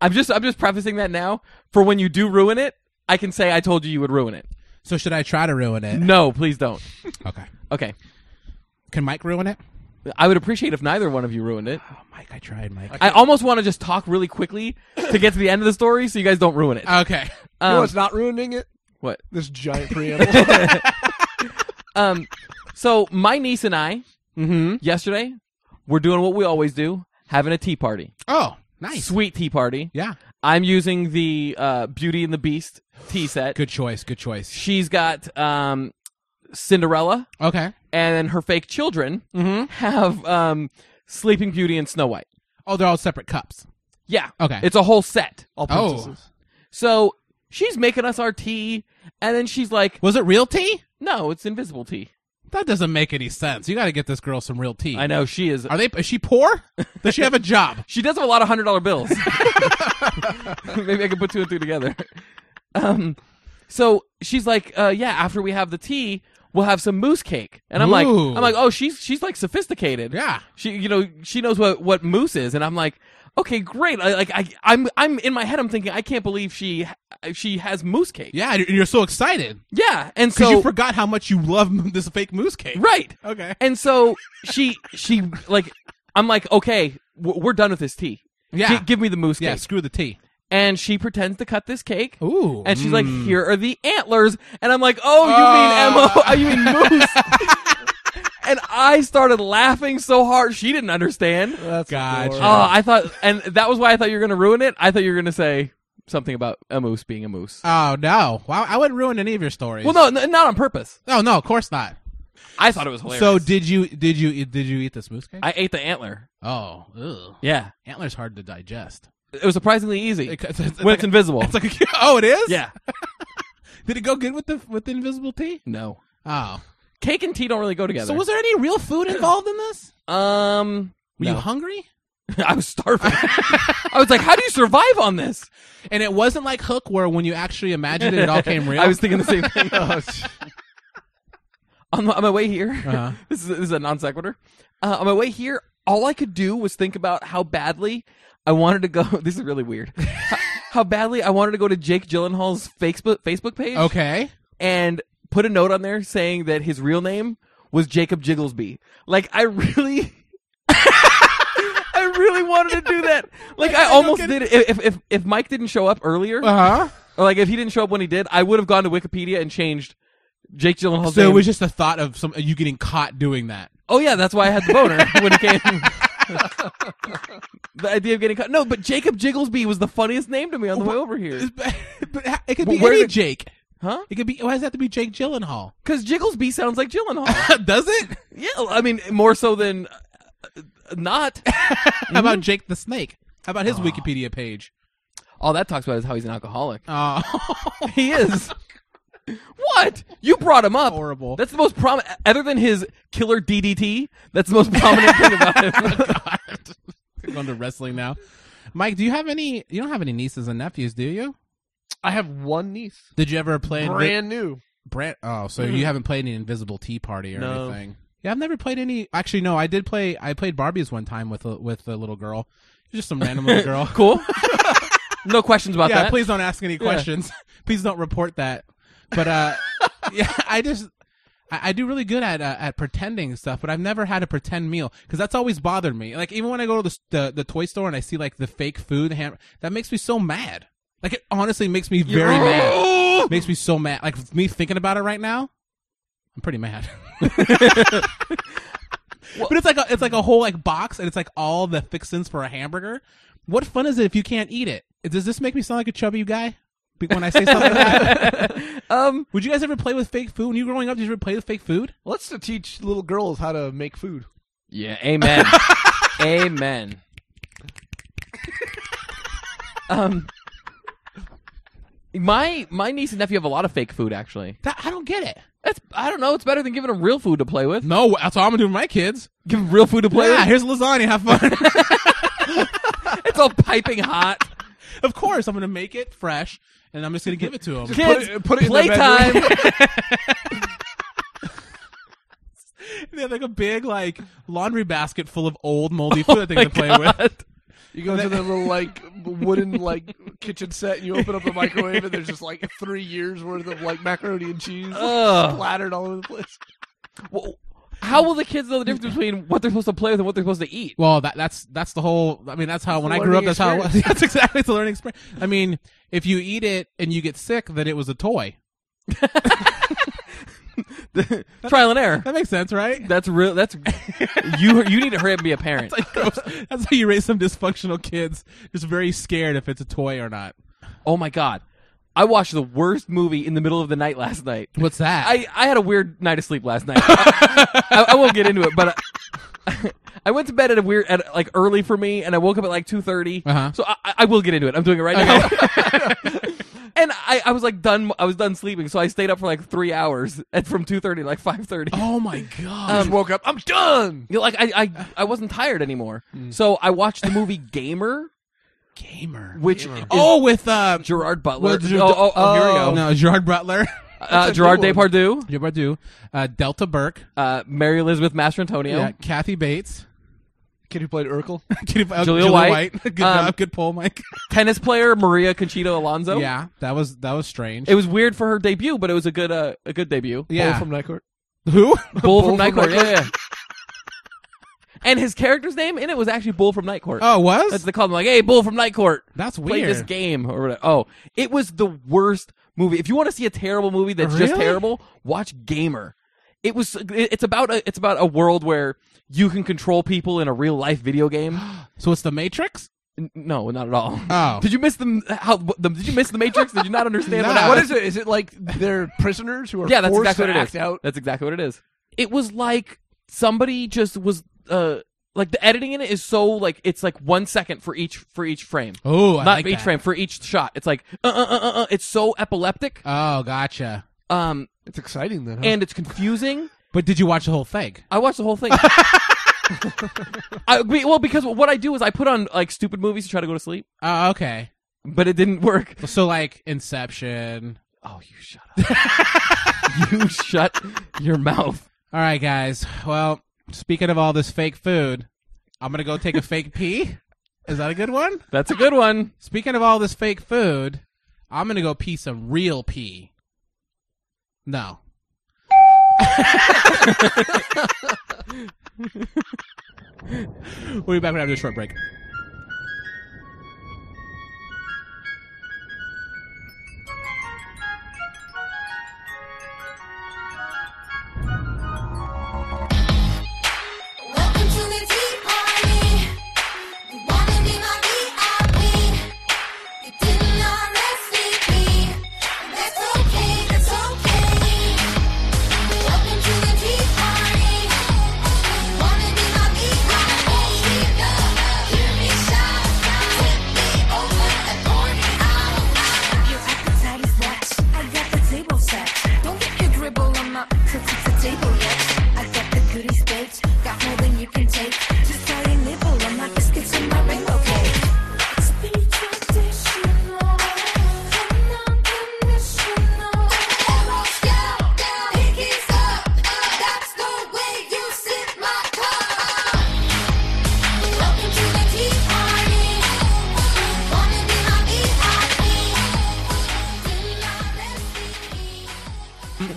S1: I'm just I'm just prefacing that now for when you do ruin it, I can say I told you you would ruin it.
S2: So should I try to ruin it?
S1: No, please don't.
S2: Okay.
S1: Okay,
S2: Can Mike ruin it?
S1: I would appreciate if neither one of you ruined it.
S2: Oh, Mike, I tried, Mike.
S1: I almost want to just talk really quickly to get to the end of the story so you guys don't ruin it.
S2: okay.
S4: You know
S1: Um,
S4: what's not ruining it?
S1: what?
S4: This giant preamble.
S1: Um, so my niece and I
S2: Mm-hmm.
S1: yesterday we're doing what we always do, having a tea party,
S2: Oh, nice.
S1: sweet tea party.
S2: Yeah.
S1: I'm using the uh, Beauty and the Beast tea set.
S2: Good choice. Good choice.
S1: She's got um, Cinderella.
S2: Okay.
S1: and her fake children have um, Sleeping Beauty and Snow White.
S2: Oh, they're all separate cups.
S1: Yeah.
S2: Okay.
S1: It's a whole set.
S4: All
S2: Oh.
S4: princesses.
S1: So she's making us our tea, and then she's like,
S2: Was it real tea?
S1: no, it's invisible tea.
S2: That doesn't make any sense. You got to get this girl some real tea.
S1: I know she is.
S2: Are they? Is she poor? Does she have a job?
S1: She does have a lot of $100 bills. Maybe I can put two and two together. Um, so she's like, uh, yeah, after we have the tea, we'll have some moose cake. And I'm like,
S2: Ooh.
S1: I'm like, oh, she's, she's like sophisticated.
S2: Yeah.
S1: She, you know, she knows what what moose is, and I'm like, okay, great. I, like, I, I'm, I'm in my head, I'm thinking, I can't believe she, she has moose cake.
S2: Yeah, and you're so excited
S1: Yeah, and
S2: because
S1: so
S2: you forgot how much you love this fake moose cake.
S1: right,
S2: Okay.
S1: and so she, she, like, I'm like, okay, w- we're done with this tea.
S2: Yeah.
S1: Gi- give me the moose
S2: yeah.
S1: cake.
S2: Screw the tea.
S1: And she pretends to cut this cake.
S2: Ooh.
S1: And she's like,
S2: Mm.
S1: "Here are the antlers," and I'm like, "Oh, you
S2: Ah.
S1: mean mo? You mean moose?" and I started laughing so hard she didn't understand.
S4: That's
S2: Gotcha.
S4: adorable. Uh,
S1: Oh, I thought, and that was why I thought you were going to ruin it. I thought you were going to say something about a moose being a moose.
S2: Oh no! Wow, I wouldn't ruin any of your stories. Oh,
S1: well, no, n- not on purpose.
S2: No, no, of course not.
S1: I thought it was hilarious.
S2: So did you? Did you? Did you eat this moose cake?
S1: I ate the antler.
S2: oh, ugh.
S1: Yeah,
S2: Antler's hard to digest.
S1: it was surprisingly easy
S2: It- It's, it's
S1: when
S2: like
S1: it's
S2: a-
S1: invisible.
S2: it's like a, oh, it is.
S1: yeah,
S2: Did it go good with the with the invisible tea?
S1: no,
S2: Oh.
S1: cake and tea don't really go together.
S2: So was there any real food involved in this?
S1: um,
S2: Were you
S1: no.
S2: hungry?
S1: I was starving. I was like, "How do you survive on this?"
S2: And it wasn't like oh, Hook, where when you actually imagined it, it all came real.
S1: I was thinking the same thing. on my, on my way here,
S2: Uh-huh.
S1: this, is, this is a non sequitur. Uh, on my way here, all I could do was think about how badly I wanted to go. This is really weird. how, how badly I wanted to go to Jake Gyllenhaal's Facebook Facebook page,
S2: Okay.
S1: and put a note on there saying that his real name was Jacob Jigglesby. Like I really. I really wanted to do that. Like I almost did it. If if if Mike didn't show up earlier,
S2: Uh huh.
S1: or like if he didn't show up when he did, I would have gone to Wikipedia and changed Jake Gyllenhaal's
S2: So it
S1: name.
S2: was just the thought of some you getting caught doing that.
S1: oh yeah, that's why I had the boner when he came. the idea of getting caught. No, but Jacob Jigglesby was the funniest name to me on the way over here,
S2: but it could
S1: Well,
S2: be
S1: where
S2: any
S1: the-
S2: Jake.
S1: huh?
S2: It could be. Why does it have to be Jake Gyllenhaal?
S1: Because Jigglesby sounds like Gyllenhaal.
S2: does it?
S1: yeah, I mean more so than uh, uh, not.
S2: How about Jake the Snake? How about his Wikipedia page?
S1: All that talks about is how he's an alcoholic.
S2: Oh,
S1: He is. What you brought him up?
S2: horrible.
S1: That's the most prominent, other than his killer DDT. That's the most prominent thing about him.
S2: going to wrestling now. Mike, do you have any? You don't have any nieces and nephews, do you?
S4: I have one niece,
S2: Did you ever play
S4: brand new.
S2: Brand, oh, so you haven't played any Invisible Tea Party or
S1: Hmm. No.
S2: anything? Yeah, I've never played any. Actually, no, I did play. I played Barbies one time with a, with a little girl, just some random little girl.
S1: cool. No questions about
S2: yeah,
S1: that.
S2: please don't ask any questions. please don't report that. But uh, yeah, I just I, I do really good at uh, at pretending stuff, but I've never had a pretend meal because that's always bothered me. Like even when I go to the, s- the the toy store and I see like the fake food, ham- that makes me so mad. Like it honestly makes me very mad. Makes me so mad. Like me thinking about it right now, I'm pretty mad. but it's like a, it's like a whole like box, and it's like all the fixins for a hamburger. What fun is it if you can't eat it? Does this make me sound like a chubby guy Be- when I say something like that?
S1: Um,
S2: Would you guys ever play with fake food? When you were growing up, did you ever play with fake food?
S4: Let's to teach little girls how to make food.
S1: Yeah, amen. amen. Um my my niece and nephew have a lot of fake food actually.
S2: That, I don't get it.
S1: That's I don't know, it's better than giving them real food to play with.
S2: No, that's all I'm gonna do with my kids.
S1: Give them real food to play
S2: yeah,
S1: with.
S2: here's lasagna. Have fun.
S1: It's all piping hot.
S2: of course, I'm gonna make it fresh, and I'm just gonna give it to them.
S1: Kids,
S4: it- put it in their
S1: playtime.
S2: they have like a big like laundry basket full of old moldy food that they can play with.
S4: You go into the little like wooden like kitchen set, and you open up the microwave, and there's just like three years worth of like macaroni and cheese
S1: Ugh.
S4: splattered all over the place.
S1: Well, How will the kids know the difference between what they're supposed to play with and what they're supposed to eat?
S2: Well, that, that's that's the whole. I mean, that's how when
S4: a
S2: I grew up,
S4: learning
S2: that's how it was. that's exactly it's a learning experience. I mean, if you eat it and you get sick, then it was a toy.
S1: Trial and error.
S2: That makes sense, right?
S1: That's real. That's you. You need to hurry up and be a parent.
S2: That's how you raise some dysfunctional kids, just very scared if it's a toy or not.
S1: Oh my god, I watched the worst movie in the middle of the night last night.
S2: What's that?
S1: I, I had a weird night of sleep last night. I, I- I won't get into it, but I, I went to bed at a weird, at like early for me, and I woke up at like two
S2: Uh-huh.
S1: So I, I- I will get into it. I'm doing it right now. and I, I was like done. I was done sleeping, so I stayed up for like three hours, at from two thirty like five thirty.
S2: oh my god!
S4: just woke up. I'm done.
S1: You know, like I, I I wasn't tired anymore.
S2: Hmm.
S1: So I watched the movie Gamer,
S2: gamer.
S1: which is
S2: Oh, with uh,
S1: Gerard Butler.
S2: Well, Ger-
S1: oh, oh, oh, here we
S2: oh,
S1: go.
S2: no, Gerard Butler,
S1: Uh,
S4: a
S1: Gerard
S4: good one.
S1: Depardieu,
S2: Gerard Butler, uh, Delta Burke,
S1: uh, Mary Elizabeth Master Antonio.
S2: yeah, Kathy Bates,
S4: Kid who played Urkel.
S2: uh, Julia,
S1: White.
S2: Good
S1: Um,
S2: job, good poll, Mike.
S1: tennis player Maria Conchita Alonso.
S2: yeah, that was that was strange.
S1: It was weird for her debut, but it was a good uh, a good debut.
S2: yeah,
S4: Bull from Night Court.
S2: who?
S1: Bull, from
S4: Bull
S1: Night
S4: from
S1: Court.
S4: Night
S1: Yeah, yeah. and his character's name in it was actually Bull from Night Court.
S2: Oh, it was
S1: That's they called him like, "Hey, Bull from Night Court,
S2: That's
S1: play
S2: weird.
S1: this game or whatever." Oh, it was the worst movie. If you want to see a terrible movie that's just
S2: Really?
S1: terrible, watch Gamer. It was. it- It's about a. It's about a world where you can control people in a real life video game.
S2: so it's the Matrix.
S1: N- No, not at all.
S2: Oh.
S1: did you miss the how? The, did you miss the Matrix? Did you not understand
S2: No.
S1: what happened?
S4: What is it? Is it like they're prisoners who are
S1: Yeah, that's
S4: forced
S1: exactly
S4: to
S1: what it
S4: act
S1: is.
S4: out?
S1: That's exactly what it is. It was like somebody just was uh like the editing in it is so like it's like one second for each for each frame.
S2: Oh,
S1: Not
S2: I like
S1: for each
S2: that.
S1: frame for each shot. It's like uh uh uh uh. uh. It's so epileptic.
S2: Oh, gotcha.
S1: Um,
S4: It's exciting then. Huh?
S1: and it's confusing.
S2: But did you watch the whole thing?
S1: I watched the whole thing. I be- well because what I do is I put on like stupid movies to try to go to sleep,
S2: Oh, okay.
S1: but it didn't work.
S2: So like Inception.
S1: Oh, you shut up. you shut your mouth.
S2: All right, guys. Well, speaking of all this fake food, I'm gonna go take a fake pee. Is that a good one?
S1: That's a good one.
S2: Speaking of all this fake food, I'm gonna go pee some real pee. No. we'll be back after a short break.
S5: Welcome to the tea party. You wanna be my VIP? You didn't RSVP. That's okay. That's okay. Welcome to the tea party. You wanna be my VIP? Hear me shout, flip me over and pour me out.
S6: Your appetite is whacked. I got the table set. Don't get your dribble on my t- t- t- table yet. I got the goodies baked. Got more than you can take. Just try and nibble on my biscuits and my rainbow cake.
S5: It's been traditional and unconditional. Arrows down, down, pinkies up, up. That's the way you sip my cup. Welcome to the tea party. Wanna be my VIP?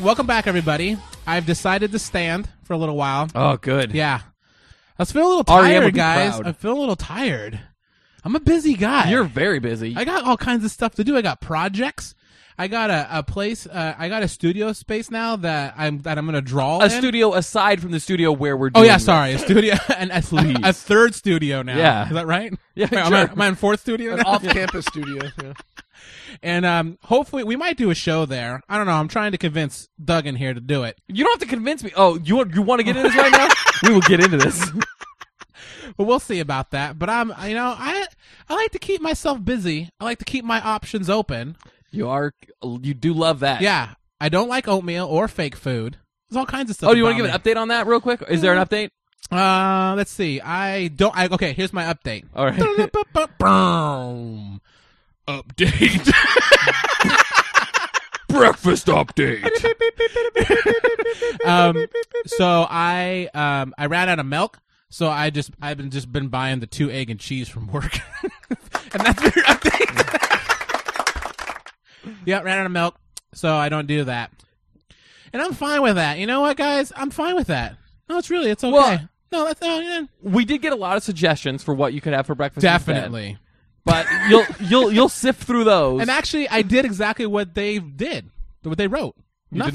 S2: Welcome back, everybody. I've decided to stand for a little while.
S1: Oh, good.
S2: Yeah. I was feeling a little
S1: R.E.M.
S2: tired,
S1: would be
S2: guys.
S1: proud.
S2: I feel a little tired. I'm a busy guy.
S1: You're very busy.
S2: I got all kinds of stuff to do. I got projects. I got a, a place. Uh, I got a studio space now that I'm that I'm gonna draw
S1: a
S2: in.
S1: studio aside from the studio where we're
S2: Oh
S1: doing
S2: yeah,
S1: this.
S2: sorry, a studio and a, a third studio now.
S1: Yeah.
S2: is that right?
S1: Yeah,
S2: Wait, am,
S1: sure.
S2: I, am I in fourth studio now?
S4: Off campus studio. Yeah.
S2: And um, hopefully we might do a show there. I don't know. I'm trying to convince Doug in here to do it.
S1: You don't have to convince me. Oh, you want you want to get into this right now? we will get into this.
S2: but we'll see about that. But I'm, you know, I I like to keep myself busy. I like to keep my options open.
S1: You are you do love that.
S2: Yeah, I don't like oatmeal or fake food. There's all kinds of stuff.
S1: Oh, do you want to
S2: about
S1: give an update on that real quick? Is there an
S2: Mm-hmm.
S1: update?
S2: me. Uh, let's see. I don't. I, okay, here's my update.
S1: All right.
S2: Boom. Update.
S3: Breakfast update.
S2: um, so I um I ran out of milk. So I just I've been just been buying the two egg and cheese from work, and that's your update. yeah, ran out of milk, so I don't do that, and I'm fine with that. You know what, guys? I'm fine with that. No, it's really it's okay.
S1: Well-
S2: no, that's oh, yeah.
S1: We did get a lot of suggestions for what you could have for breakfast. instead.
S2: definitely.
S1: but you'll you'll you'll sift through those.
S2: And actually, I did exactly what they did, what they wrote.
S1: You did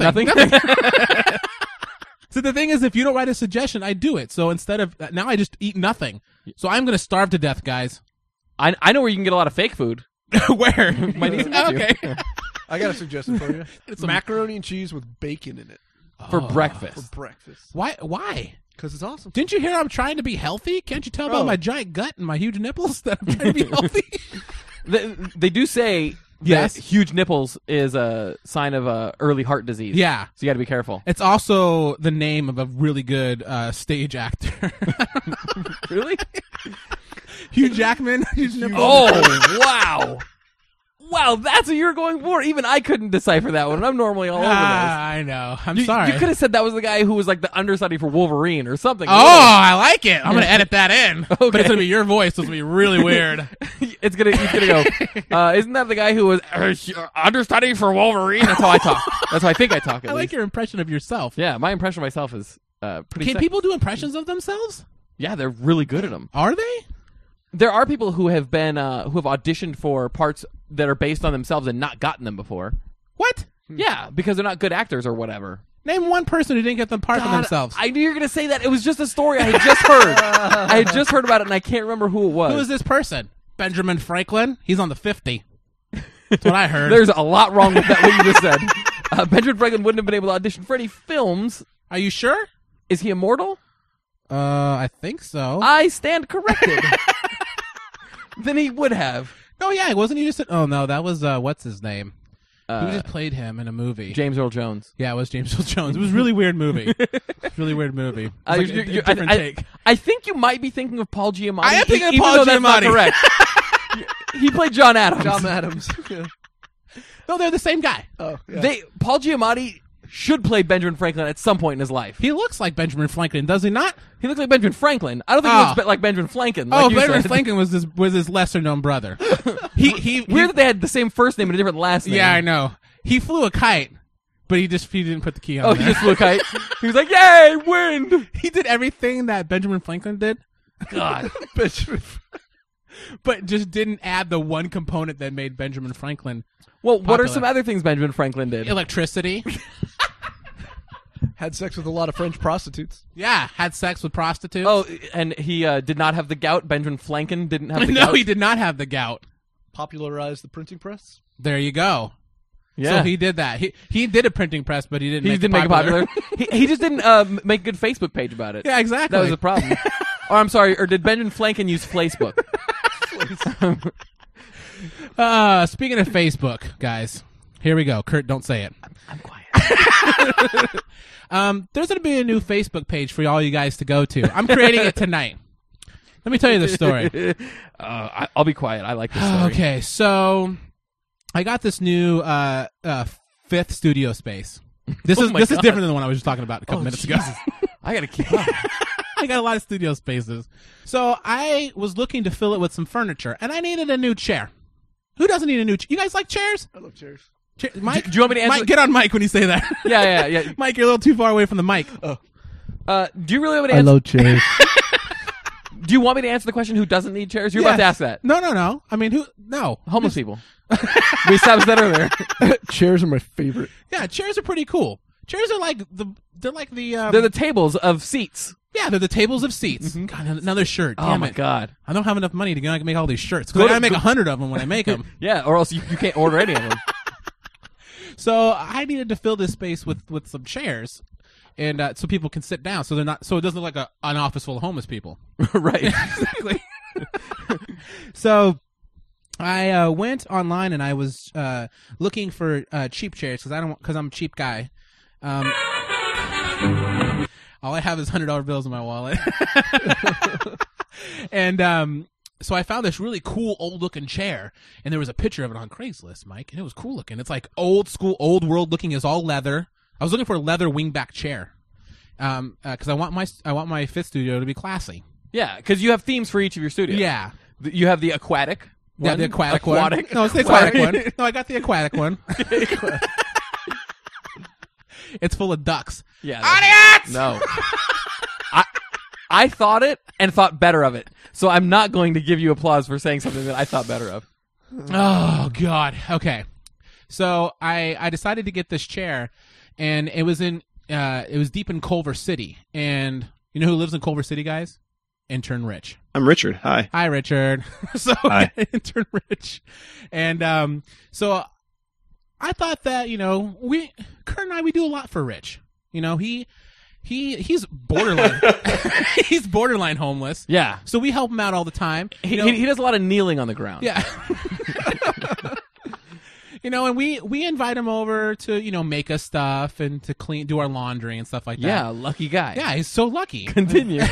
S2: So the thing is, if you don't write a suggestion, I do it. So instead of now, I just eat nothing. So I'm gonna starve to death, guys.
S1: I I know where you can get a lot of fake food.
S2: Where? My niece-
S1: Yeah.
S2: okay.
S4: I got a suggestion for you. it's macaroni and cheese with bacon in it
S1: for
S2: Oh.
S4: for
S1: breakfast.
S4: breakfast
S2: Why? Why?
S4: because it's awesome.
S2: Didn't you hear I'm trying to be healthy? Can't you tell
S4: Oh.
S2: about my giant gut and my huge nipples that I'm trying to be healthy?
S1: They, they do say
S2: Yes.
S1: that huge nipples is a sign of uh, early heart disease.
S2: yeah.
S1: so you got to be careful.
S2: It's also the name of a really good uh, stage actor,
S1: really?
S2: Hugh Jackman. Huge nipples.
S1: Oh wow, wow! That's what you were going for. Even I couldn't decipher that one. and I'm normally all over this.
S2: Ah, I know. I'm
S1: Oh, You,
S2: sorry.
S1: you could have said that was the guy who was like the understudy for Wolverine or something.
S2: Oh, I like it. I'm gonna edit that in, but
S1: Okay.
S2: it's gonna be your voice. So it's gonna be really weird.
S1: it's gonna it's gonna go. Uh, isn't that the guy who was uh, understudy for Wolverine? That's how I talk. That's how I think I talk. At
S2: I like
S1: least.
S2: your impression of yourself.
S1: Yeah, my impression of myself is uh, pretty.
S2: Can
S1: sick.
S2: people do impressions of themselves?
S1: Yeah, they're really good at them.
S2: Are they?
S1: There are people who have been uh, who have auditioned for parts that are based on themselves and not gotten them before.
S2: What?
S1: Yeah, because they're not good actors or whatever.
S2: Name one person who didn't get the part for
S1: God,
S2: themselves.
S1: I knew you were going to say that. It was just a story I had just heard. I had just heard about it, and I can't remember who it was.
S2: Who is this person? Benjamin Franklin. He's on the fifty. That's what I heard.
S1: There's a lot wrong with that. What you just said. Uh, Benjamin Franklin wouldn't have been able to audition for any films.
S2: Are you sure?
S1: Is he immortal?
S2: Uh, I think so.
S1: I stand corrected. then he would have.
S2: oh yeah, wasn't he just? oh no, that was uh, what's his name?
S1: Uh,
S2: Who just played him in a movie?
S1: James Earl Jones.
S2: yeah, it was James Earl Jones. It was a really weird movie. It's a really weird movie. It's
S1: Uh,
S2: like a-
S1: you're-
S2: a
S1: you're- I-
S2: different
S1: I,
S2: take.
S1: I think you might be thinking of Paul Giamatti.
S2: I am thinking of
S1: even
S2: Paul
S1: though that's not
S2: Giamatti.
S1: correct. he played John Adams.
S4: John Adams. Yeah.
S2: No, they're the same guy.
S4: Oh, yeah.
S1: They Paul Giamatti should play Benjamin Franklin at some point in his life. He,
S2: He looks like Benjamin Franklin, does he not?
S1: looks like Benjamin Franklin. I don't think he
S2: Ah.
S1: looks bit like Benjamin Franklin.
S2: Oh,
S1: like you
S2: Benjamin
S1: said.
S2: Franklin was his was his lesser known brother. he he, he-
S1: Weird that they had the same first name and a different last name.
S2: yeah, I know. He flew a kite, but he just he didn't put the key on.
S1: Oh, he
S2: there.
S1: just flew a kite. He was like, "Yay, wind!"
S2: he did everything that Benjamin Franklin did,
S1: God,
S4: Benjamin
S2: but just didn't add the one component that made Benjamin Franklin
S1: Well, what are
S2: Popular.
S1: some other things Benjamin Franklin did?
S2: electricity.
S4: had sex with a lot of French prostitutes.
S2: yeah, had sex with prostitutes.
S1: Oh, and he uh, did not have the gout. Benjamin Franklin didn't have the
S2: no,
S1: gout.
S2: he did not have the gout.
S4: Popularized the printing press.
S2: There you go.
S1: Yeah.
S2: So he did that. He he did a printing press, but he didn't.
S1: He
S2: make
S1: didn't
S2: it
S1: make it
S2: popular.
S1: popular. he, he just didn't uh, m- make a good Facebook page about it.
S2: yeah, exactly.
S1: that was a problem. or I'm sorry, or did Benjamin Franklin use Facebook?
S2: Uh, speaking of Facebook, guys, here we go. Kurt, don't say it.
S1: I'm quiet.
S2: Um, there's going to be a new Facebook page for all you guys to go to. I'm creating it tonight. Let me tell you the story.
S1: uh, I, I'll be quiet. I like this story.
S2: Oh, okay, so I got this new uh, uh, fifth studio space. This
S1: Oh
S2: is
S1: my
S2: this is
S1: God.
S2: different than the one I was just talking about a couple
S1: Oh,
S2: minutes ago.
S1: Jesus. I gotta keep up.
S2: I got a lot of studio spaces. So I was looking to fill it with some furniture, and I needed a new chair. Who doesn't need a new chair? You guys like chairs?
S4: I love chairs.
S2: Chair- Mike,
S1: do you want me to answer-
S2: Mike, get on Mike when you say that.
S1: Yeah, yeah, yeah.
S2: Mike, you're a little too far away from the mic.
S1: Uh, do you really want me to answer?
S4: chairs.
S1: do you want me to answer the question? Who doesn't need chairs? You're about to
S2: Yes.
S1: ask that.
S2: No, no, no. I mean, who? No.
S1: Homeless people. we established that earlier.
S4: chairs are my favorite.
S2: Yeah, chairs are pretty cool. Chairs are like the they're like the, um,
S1: They're the tables of seats.
S2: yeah they're the tables of seats. God, another shirt.
S1: Oh
S2: Damn
S1: my
S2: it.
S1: god.
S2: I don't have enough money to go make all these shirts. 'cause
S1: Go
S2: I
S1: to-
S2: gotta make
S1: go-
S2: a hundred of them when I make them.
S1: Yeah, or else you, you can't order any of them.
S2: so I needed to fill this space with with some chairs, and uh, so people can sit down. So they're not so it doesn't look like a, an office full of homeless people.
S1: right.
S2: exactly. so I uh, went online and I was uh, looking for uh, cheap chairs because I don't because I'm a cheap guy. Um, all I have is hundred dollar bills in my wallet, and um, so I found this really cool old looking chair, and there was a picture of it on Craigslist, Mike, and it was cool looking. It's like old school, old world looking. Is all leather. I was looking for a leather wingback chair because I want my I want my fifth studio to be classy.
S1: Yeah, because you have themes for each of your studios.
S2: Yeah.
S1: Th- You have the aquatic.
S2: Yeah,
S1: one.
S2: the aquatic,
S1: aquatic.
S2: one. No, it's the aquatic one. No, I got the aquatic one. it's full of ducks.
S1: Yeah.
S2: Audience!
S1: No. I I thought it and thought better of it. So I'm not going to give you applause for saying something that I thought better of.
S2: Oh God. Okay. So I I decided to get this chair, and it was in uh it was deep in Culver City, and you know who lives in Culver City, guys? Intern Rich.
S7: I'm Richard. Hi.
S2: Hi, Richard. so
S7: Hi.
S2: intern Rich, and um, so I thought that you know we Kurt and I we do a lot for Rich. You know he he he's borderline he's borderline homeless.
S1: Yeah.
S2: So we help him out all the time.
S1: He,
S2: you know?
S1: he, he does a lot of kneeling on the ground.
S2: yeah. You know, and we we invite him over to you know make us stuff and to clean, do our laundry and stuff like
S1: Yeah,
S2: that.
S1: lucky guy.
S2: yeah, he's so lucky.
S1: Continue.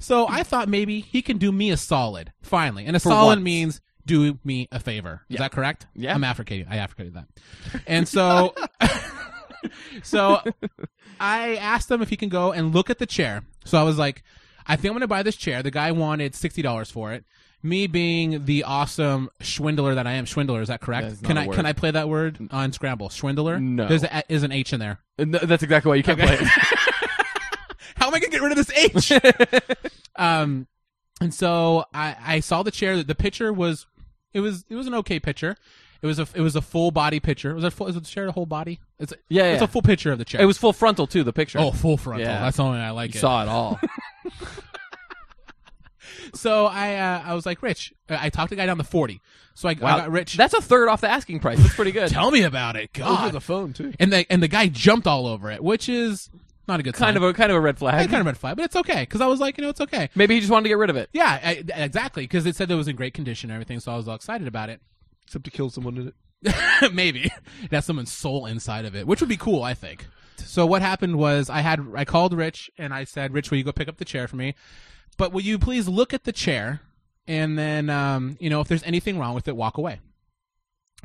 S2: So I thought maybe he can do me a solid, finally. And a
S1: For
S2: solid
S1: once.
S2: means do me a favor. Is
S1: Yeah.
S2: that correct?
S1: Yeah.
S2: I'm Africating. I Africated that. And so, so I asked him if he can go and look at the chair. So I was like, I think I'm going to buy this chair. The guy wanted $60 for it. Me being the awesome swindler that I am, swindler, is that correct?
S1: That is not
S2: can
S1: a
S2: I
S1: word.
S2: can I play that word on Scramble? Swindler?
S1: No.
S2: There's a, is an H in there.
S1: No, that's exactly why you can't play it.
S2: How am I gonna get rid of this H? um, and so I, I saw the chair. The picture was, it was, it was an okay picture. It was a, it was a full body picture. Was it full? Is the chair a whole body? It's
S1: Yeah,
S2: It's
S1: yeah.
S2: a full picture of the chair.
S1: It was full frontal too. The picture.
S2: oh full frontal.
S1: Yeah.
S2: That's the only way I like
S1: you
S2: it.
S1: saw it all.
S2: So I, uh, I was like, Rich. I I talked the guy down to forty. So I, I got Rich.
S1: That's a third off the asking price. That's pretty good.
S2: tell me about it.
S4: Over
S2: God.
S4: the phone too.
S2: and the and the guy jumped all over it, which is not a good
S1: kind of a kind of a red flag.
S2: kind of red flag, but it's okay because I was like, you know, it's okay.
S1: Maybe he just wanted to get rid of it.
S2: Yeah, I, exactly. Because it said it was in great condition and everything, so I was all excited about it.
S4: Except to kill someone in it.
S2: Maybe it has someone's soul inside of it, which would be cool, I think. So what happened was I had I called Rich and I said, Rich, will you go pick up the chair for me? But will you please look at the chair and then um, you know if there's anything wrong with it, walk away.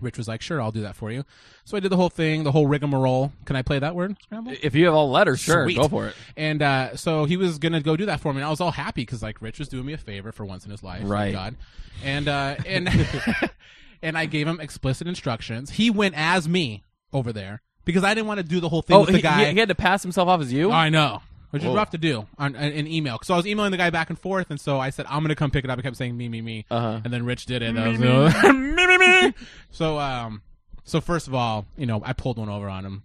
S2: Rich was like, "Sure, I'll do that for you." So I did the whole thing, the whole rigmarole. Can I play that word? Scramble.
S1: If you have all letters, sure,
S2: Sweet.
S1: go for it.
S2: And uh, so he was gonna go do that for me, and I was all happy because like Rich was doing me a favor for once in his life, thank
S1: Right.
S2: God. And uh, and and I gave him explicit instructions. He went as me over there because I didn't want to do the whole thing
S1: Oh,
S2: with the
S1: he,
S2: guy.
S1: he had to pass himself off as you.
S2: I know. Which
S1: Whoa.
S2: is rough to do on on- an email. So I was emailing the guy back and forth, and so I said I'm gonna come pick it up. He kept saying me, me, me,
S1: Uh-huh.
S2: and then Rich did it. and I was like, me, me, me. So um, so first of all, you know, I pulled one over on him.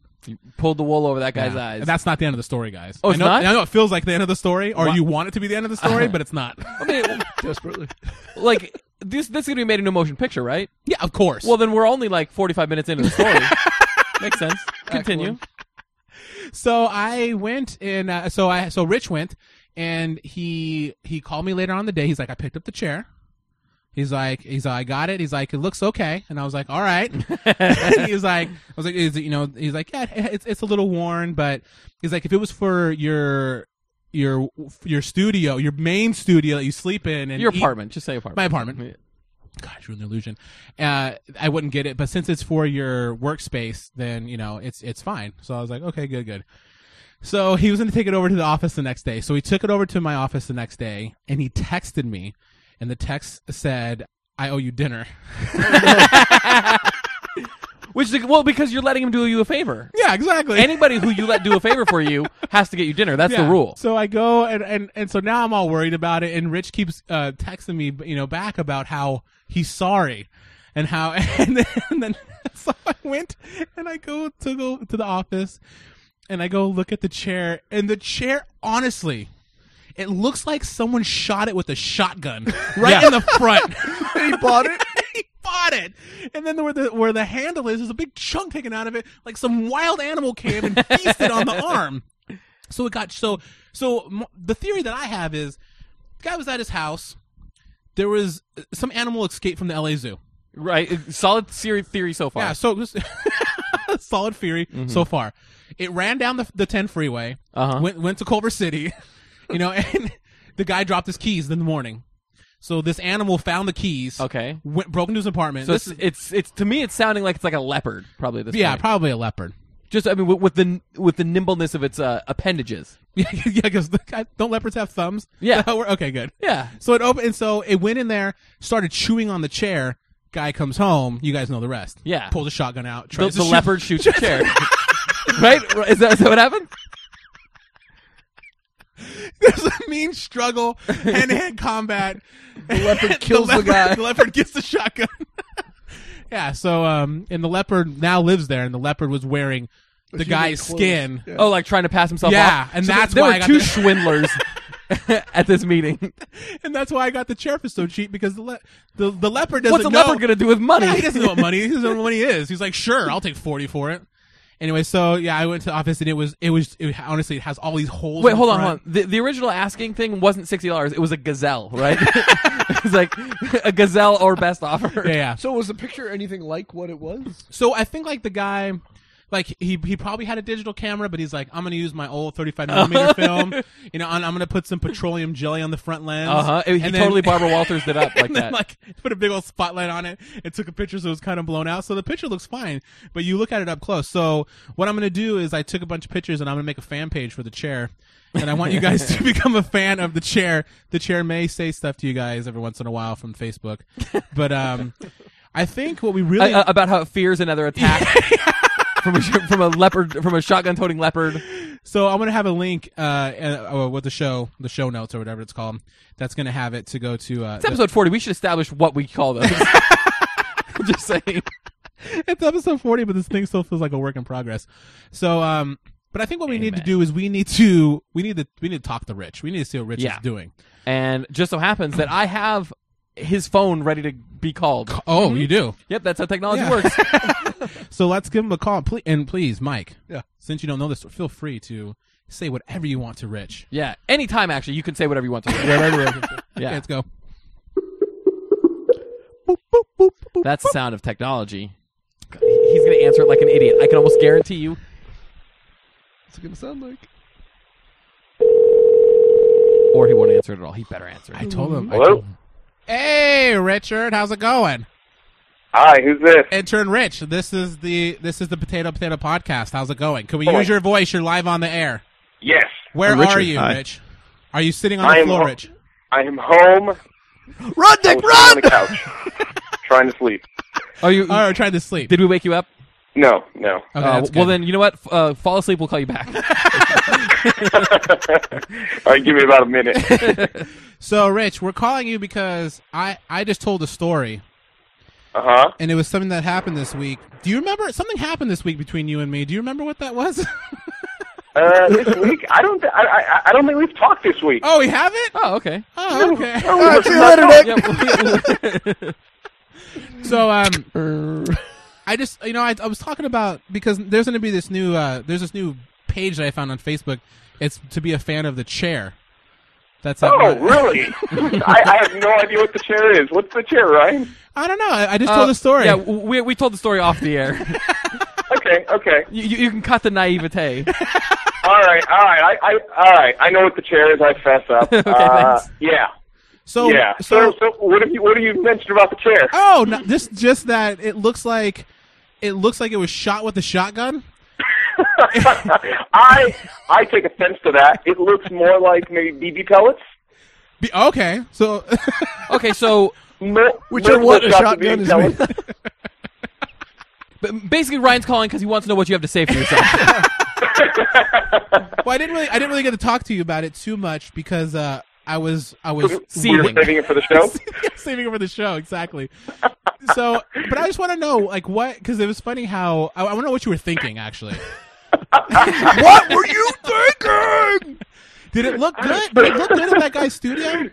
S1: Pulled the wool over that guy's
S2: Yeah.
S1: eyes.
S2: And that's not the end of the story, guys.
S1: Oh, it's
S2: I know,
S1: not?
S2: I know it feels like the end of the story, or you want it to be the end of the story, but it's not.
S1: I mean,
S4: Desperately.
S1: like this. This is gonna be made into a motion picture, right?
S2: yeah, of course.
S1: Well, then we're only like forty-five minutes into the story. Makes sense. Continue.
S2: so I went and uh, so I so Rich went and he he called me later on in the day. He's like, I picked up the chair. He's like, he's like, I got it. He's like, it looks okay. And I was like, all right. he's like, I was like, is it, you know, he's like, yeah, it- it's it's a little worn, but he's like, if it was for your your your studio, your main studio that you sleep in, and
S1: Your
S2: eat-
S1: apartment. Just say apartment.
S2: My apartment. gosh, you're an illusion. Uh, I wouldn't get it, but since it's for your workspace, then you know it's it's fine. So I was like, okay, good, good. So he was going to take it over to the office the next day. So he took it over to my office the next day, and he texted me, and the text said, "I owe you dinner."
S1: Which is, well, because you're letting him do you a favor.
S2: yeah, exactly.
S1: Anybody who you let do a favor for you has to get you dinner. That's
S2: Yeah.
S1: the rule.
S2: So I go and, and and so now I'm all worried about it. And Rich keeps uh, texting me, you know, back about how he's sorry, and how and then, and then so I went and I go to go to the office, and I go look at the chair, and the chair, honestly. It looks like someone shot it with a shotgun right in the front.
S4: And he bought it.
S2: he bought it, and then where the where the handle is, there's a big chunk taken out of it, like some wild animal came and feasted on the arm. So it got so so. m- The theory that I have is, the guy was at his house. There was uh, some animal escaped from the LA zoo.
S1: Right. It- Solid seri- theory so far.
S2: Yeah, so it was solid theory so far. It ran down the the ten freeway,
S1: Mm-hmm. Uh-huh.
S2: went went to Culver City, you know, and the guy dropped his keys in the morning. So this animal found the keys.
S1: Okay.
S2: Went, broke into his apartment.
S1: So
S2: this
S1: it's, it's it's to me it's sounding like it's like a leopard probably at this
S2: Yeah,
S1: point.
S2: probably a leopard.
S1: just I mean with, with the with the nimbleness of its uh, appendages.
S2: Yeah, yeah, because don't leopards have thumbs?
S1: Yeah.
S2: That were- okay, good.
S1: Yeah.
S2: So it opened, and so it went in there, started chewing on the chair. Guy comes home. You guys know the rest.
S1: Yeah.
S2: Pulls a shotgun out.
S1: The,
S2: Tries
S1: the
S2: to shoot-
S1: leopard shoots a chair. right? Is that, is that what happened?
S2: There's a mean struggle, hand to hand combat. The leopard
S1: kills the guy.
S2: The leopard gets the shotgun. yeah. So um, and the leopard now lives there, and the leopard was wearing the
S4: human
S2: guy's
S4: clothes.
S2: skin.
S4: Yeah.
S1: Oh, like trying to pass himself
S2: Yeah,
S1: off.
S2: and
S1: So
S2: that's
S1: there,
S2: why
S1: there were
S2: I got
S1: two
S2: the-
S1: swindlers at this meeting.
S2: and that's why I got the chair for so cheap because the le- the, the leopard doesn't.
S1: What's a
S2: know-
S1: leopard gonna do with money?
S2: Yeah, he doesn't know what money. He doesn't know what money is. He's like, sure, I'll take forty for it. Anyway, so yeah, I went to the office and it was it was it, honestly it has all these holes.
S1: Wait,
S2: in
S1: hold on,
S2: front.
S1: hold on. The, the original asking thing wasn't sixty dollars. It was a gazelle, right? it's like a gazelle or best offer.
S2: Yeah, yeah.
S4: So was the picture anything like what it was?
S2: So I think like the guy, like he he probably had a digital camera, but he's like, I'm gonna use my old 35 millimeter film. You know, and I'm gonna put some petroleum jelly on the front lens.
S1: Uh huh. He
S2: and then-
S1: totally Barbara Walters did up like
S2: and
S1: that.
S2: then, like put a big old spotlight on it and took a picture so it was kind of blown out so the picture looks fine but you look at it up close so what i'm going to do is i took a bunch of pictures and i'm going to make a fan page for the chair and i want you guys to become a fan of the chair the chair may say stuff to you guys every once in a while from facebook but um i think what we really
S1: Uh, uh, about how it fears another attack from a, sh- from a leopard from a shotgun toting leopard.
S2: So I'm gonna have a link uh, uh uh, with the show, the show notes or whatever it's called. That's gonna have it to go to. Uh,
S1: It's episode forty. We should establish what we call those. Just saying.
S2: it's episode 40 but this thing still feels like a work in progress so um but i think what we need to do is we need to we need to we need to talk to rich we need to see what rich
S1: Yeah.
S2: is doing
S1: And just so happens that I have his phone ready to be called.
S2: oh you do
S1: Yep, that's how technology
S2: Yeah.
S1: works.
S2: so let's give him a call Ple- and please mike
S4: Yeah.
S2: since you don't know this feel free to say whatever you want to rich
S1: Yeah, anytime actually, you can say whatever you want to.
S2: okay,
S1: yeah,
S2: let's go
S1: that's the sound of technology. He's gonna answer it like an idiot. I can almost guarantee you.
S4: What's it gonna sound like?
S1: Or he won't answer it at all. He better answer it.
S2: i told him I
S7: Hello?
S2: told him. hey richard how's it going
S7: Hi, who's this?
S2: Intern Rich, this is the this is the Potato Potato Podcast. How's it going? Can we
S7: Hello.
S2: use your voice? You're live on the air.
S7: Yes,
S2: Where
S8: I'm Richard.
S2: are you,
S8: Hi.
S2: Rich? Are you sitting on
S7: I
S2: the
S7: am
S2: floor,
S7: ho-
S2: Rich?
S7: I am home.
S4: Run,
S7: I
S4: Dick,
S7: was
S4: run!
S7: sitting on the couch, trying to sleep.
S1: Are you?
S2: Or trying Oh, to sleep?
S1: did we wake you up?
S7: No, no.
S2: okay,
S1: Uh,
S2: that's
S1: well,
S2: good.
S1: then you know what? F- Uh, fall asleep. We'll call you back.
S7: All right, give me about a minute.
S2: So, Rich, we're calling you because I I just told a story,
S7: Uh huh.
S2: and it was something that happened this week. Do you remember something happened this week between you and me? Do you remember what that was?
S7: Uh, this week, I don't, th- I, I, I don't think we've talked this week.
S2: oh, we have it.
S1: oh, okay.
S2: Oh, okay.
S7: Oh, we must not talk.
S1: Yeah, well,
S2: So um, I just you know I, I was talking about because there's going to be this new uh, there's this new page that I found on Facebook. It's to be a fan of the chair. That's how-
S7: Oh, really? I, I have no idea what the chair is. What's the chair, Ryan?
S2: I don't know. I, I just
S1: uh,
S2: told the story.
S1: Yeah, we, we told the story off the air.
S7: Okay, okay.
S1: you, you you can cut the naivete.
S7: All right, all right. I, I, all right. I know what the chair is. I fess up.
S1: Okay,
S7: uh,
S1: thanks.
S7: yeah,
S2: so
S7: yeah.
S2: so
S7: So, so, what have you, what have you mentioned about the chair?
S2: oh no, this just that it looks like it looks like it was shot with a shotgun.
S7: I, I take offense to that. It looks more like maybe BB pellets.
S2: Be, okay, so
S1: Okay, so
S7: Mo-
S4: Which are what a
S7: multiple shots of
S4: shotgun
S7: BB
S4: is
S7: pellets.
S4: made.
S1: but basically, Ryan's calling because he wants to know what you have to say for yourself.
S2: well, I didn't really I didn't really get to talk to you about it too much because uh, I was I was
S7: We're
S1: Seething.
S7: saving it for the show.
S2: saving it for the show exactly so but i just want to know like what because it was funny how i, I want to know what you were thinking actually
S4: what were you thinking?
S2: did it look good did it look good in that guy's studio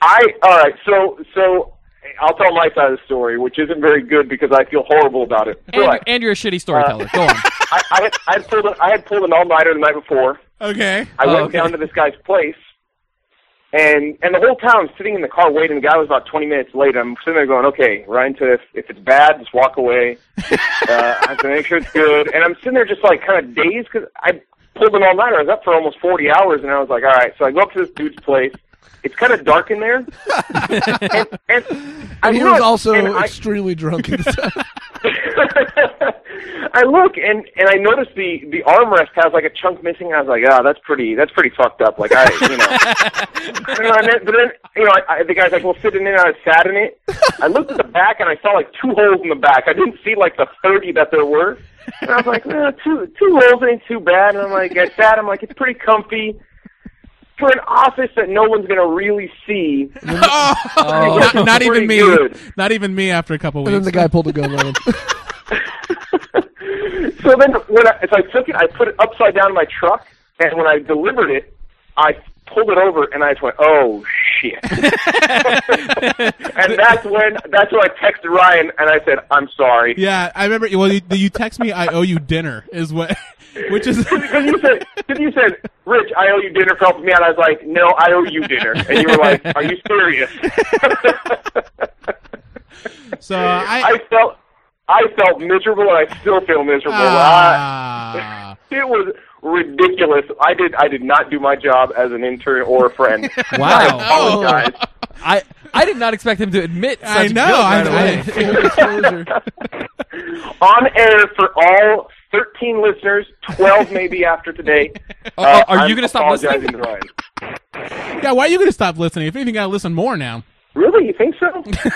S7: I all right. So so I'll tell my side of the story, which isn't very good because I feel horrible about it.
S1: and,
S7: But
S1: and you're a shitty storyteller. Go on.
S7: I, I had I had pulled an, I had pulled an all nighter the night before.
S2: okay
S7: I
S1: Oh,
S7: went
S1: okay.
S7: down to this guy's place, and and the whole town sitting in the car waiting. The guy was about twenty minutes late. I'm sitting there going, okay, Ryan, Tiff, if it's bad, just walk away. uh, I have to make sure it's good. And I'm sitting there just like kind of dazed because I pulled an all nighter. I was up for almost forty hours, and I was like, all right. So I go up to this dude's place. It's kind of dark in there, and, and, I
S4: And he
S7: look,
S4: was also
S7: and I-
S4: extremely drunk at the time.
S7: I look and and I notice the the armrest has like a chunk missing. I was like, ah, that's pretty that's pretty fucked up. Like I, you know, I don't know, and then, but then you know, I, I, the guy's like, well, sitting in, it," I was sat in it. I looked at the back and I saw like two holes in the back. I didn't see like the thirty that there were. And I was like, eh, two two holes ain't too bad. And I'm like, I sat. I'm like, it's pretty comfy. For an office that no one's gonna really see,
S2: Oh, not, not even
S7: Pretty
S2: me
S7: good.
S2: not even me after a couple
S4: And then
S2: weeks
S4: the guy pulled a gun on him.
S7: so then when I, as I took it, I put it upside down in my truck, and when I delivered it, I pulled it over and I just went, "Oh shit!" and that's when that's when I texted Ryan and I said, "I'm sorry."
S2: yeah i remember well you, you text me i owe you dinner is what which is
S7: Because you said, because you said, Rich, I owe you dinner for helping me out. I was like, no, I owe you dinner, and you were like, are you serious?
S2: so i
S7: I felt, I felt miserable, and I still feel miserable. I-
S2: Ah.
S7: It was ridiculous. I did. I did not do my job as an intern or a friend.
S1: Wow.
S7: Apologize.
S1: I I did not expect him to admit. Such
S2: I know.
S1: Guilt
S2: I-
S1: right away.
S2: I-
S4: Full disclosure.
S7: On air for all thirteen listeners, twelve maybe after today. Uh,
S1: Oh, oh, are
S7: I'm
S1: you going to stop
S7: apologizing
S1: listening?
S7: to Ryan.
S2: yeah why are you gonna stop listening if anything gotta listen more now
S7: Really, you think so? So-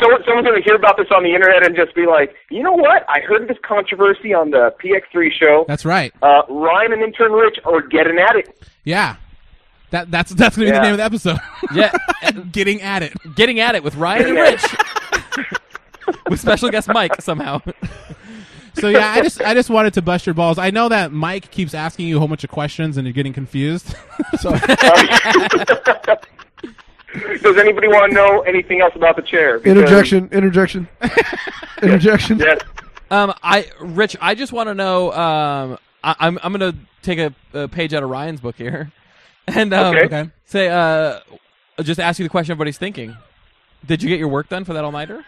S7: Someone, someone's going to hear about this on the internet and just be like, you know what? I heard this controversy on the PX3 show.
S2: that's right
S7: Uh, Ryan and intern Rich, or get an addict.
S2: yeah that, that's that's gonna be
S7: Yeah.
S2: the name of the episode
S1: Yeah, uh,
S2: getting at it.
S1: getting at it with Ryan and Rich with special guest Mike somehow.
S2: So yeah, I just I just wanted to bust your balls. I know that Mike keeps asking you a whole bunch of questions and you're getting confused.
S4: So,
S7: Does anybody want to know anything else about the chair? Because-
S4: interjection, interjection, interjection.
S7: Yes.
S1: Um, I Rich, I just want to know. Um, I, I'm I'm going to take a, a page out of Ryan's book here, and um,
S7: Okay.
S2: okay.
S1: say uh, just ask you the question of what he's thinking. Did you get your work done for that all nighter?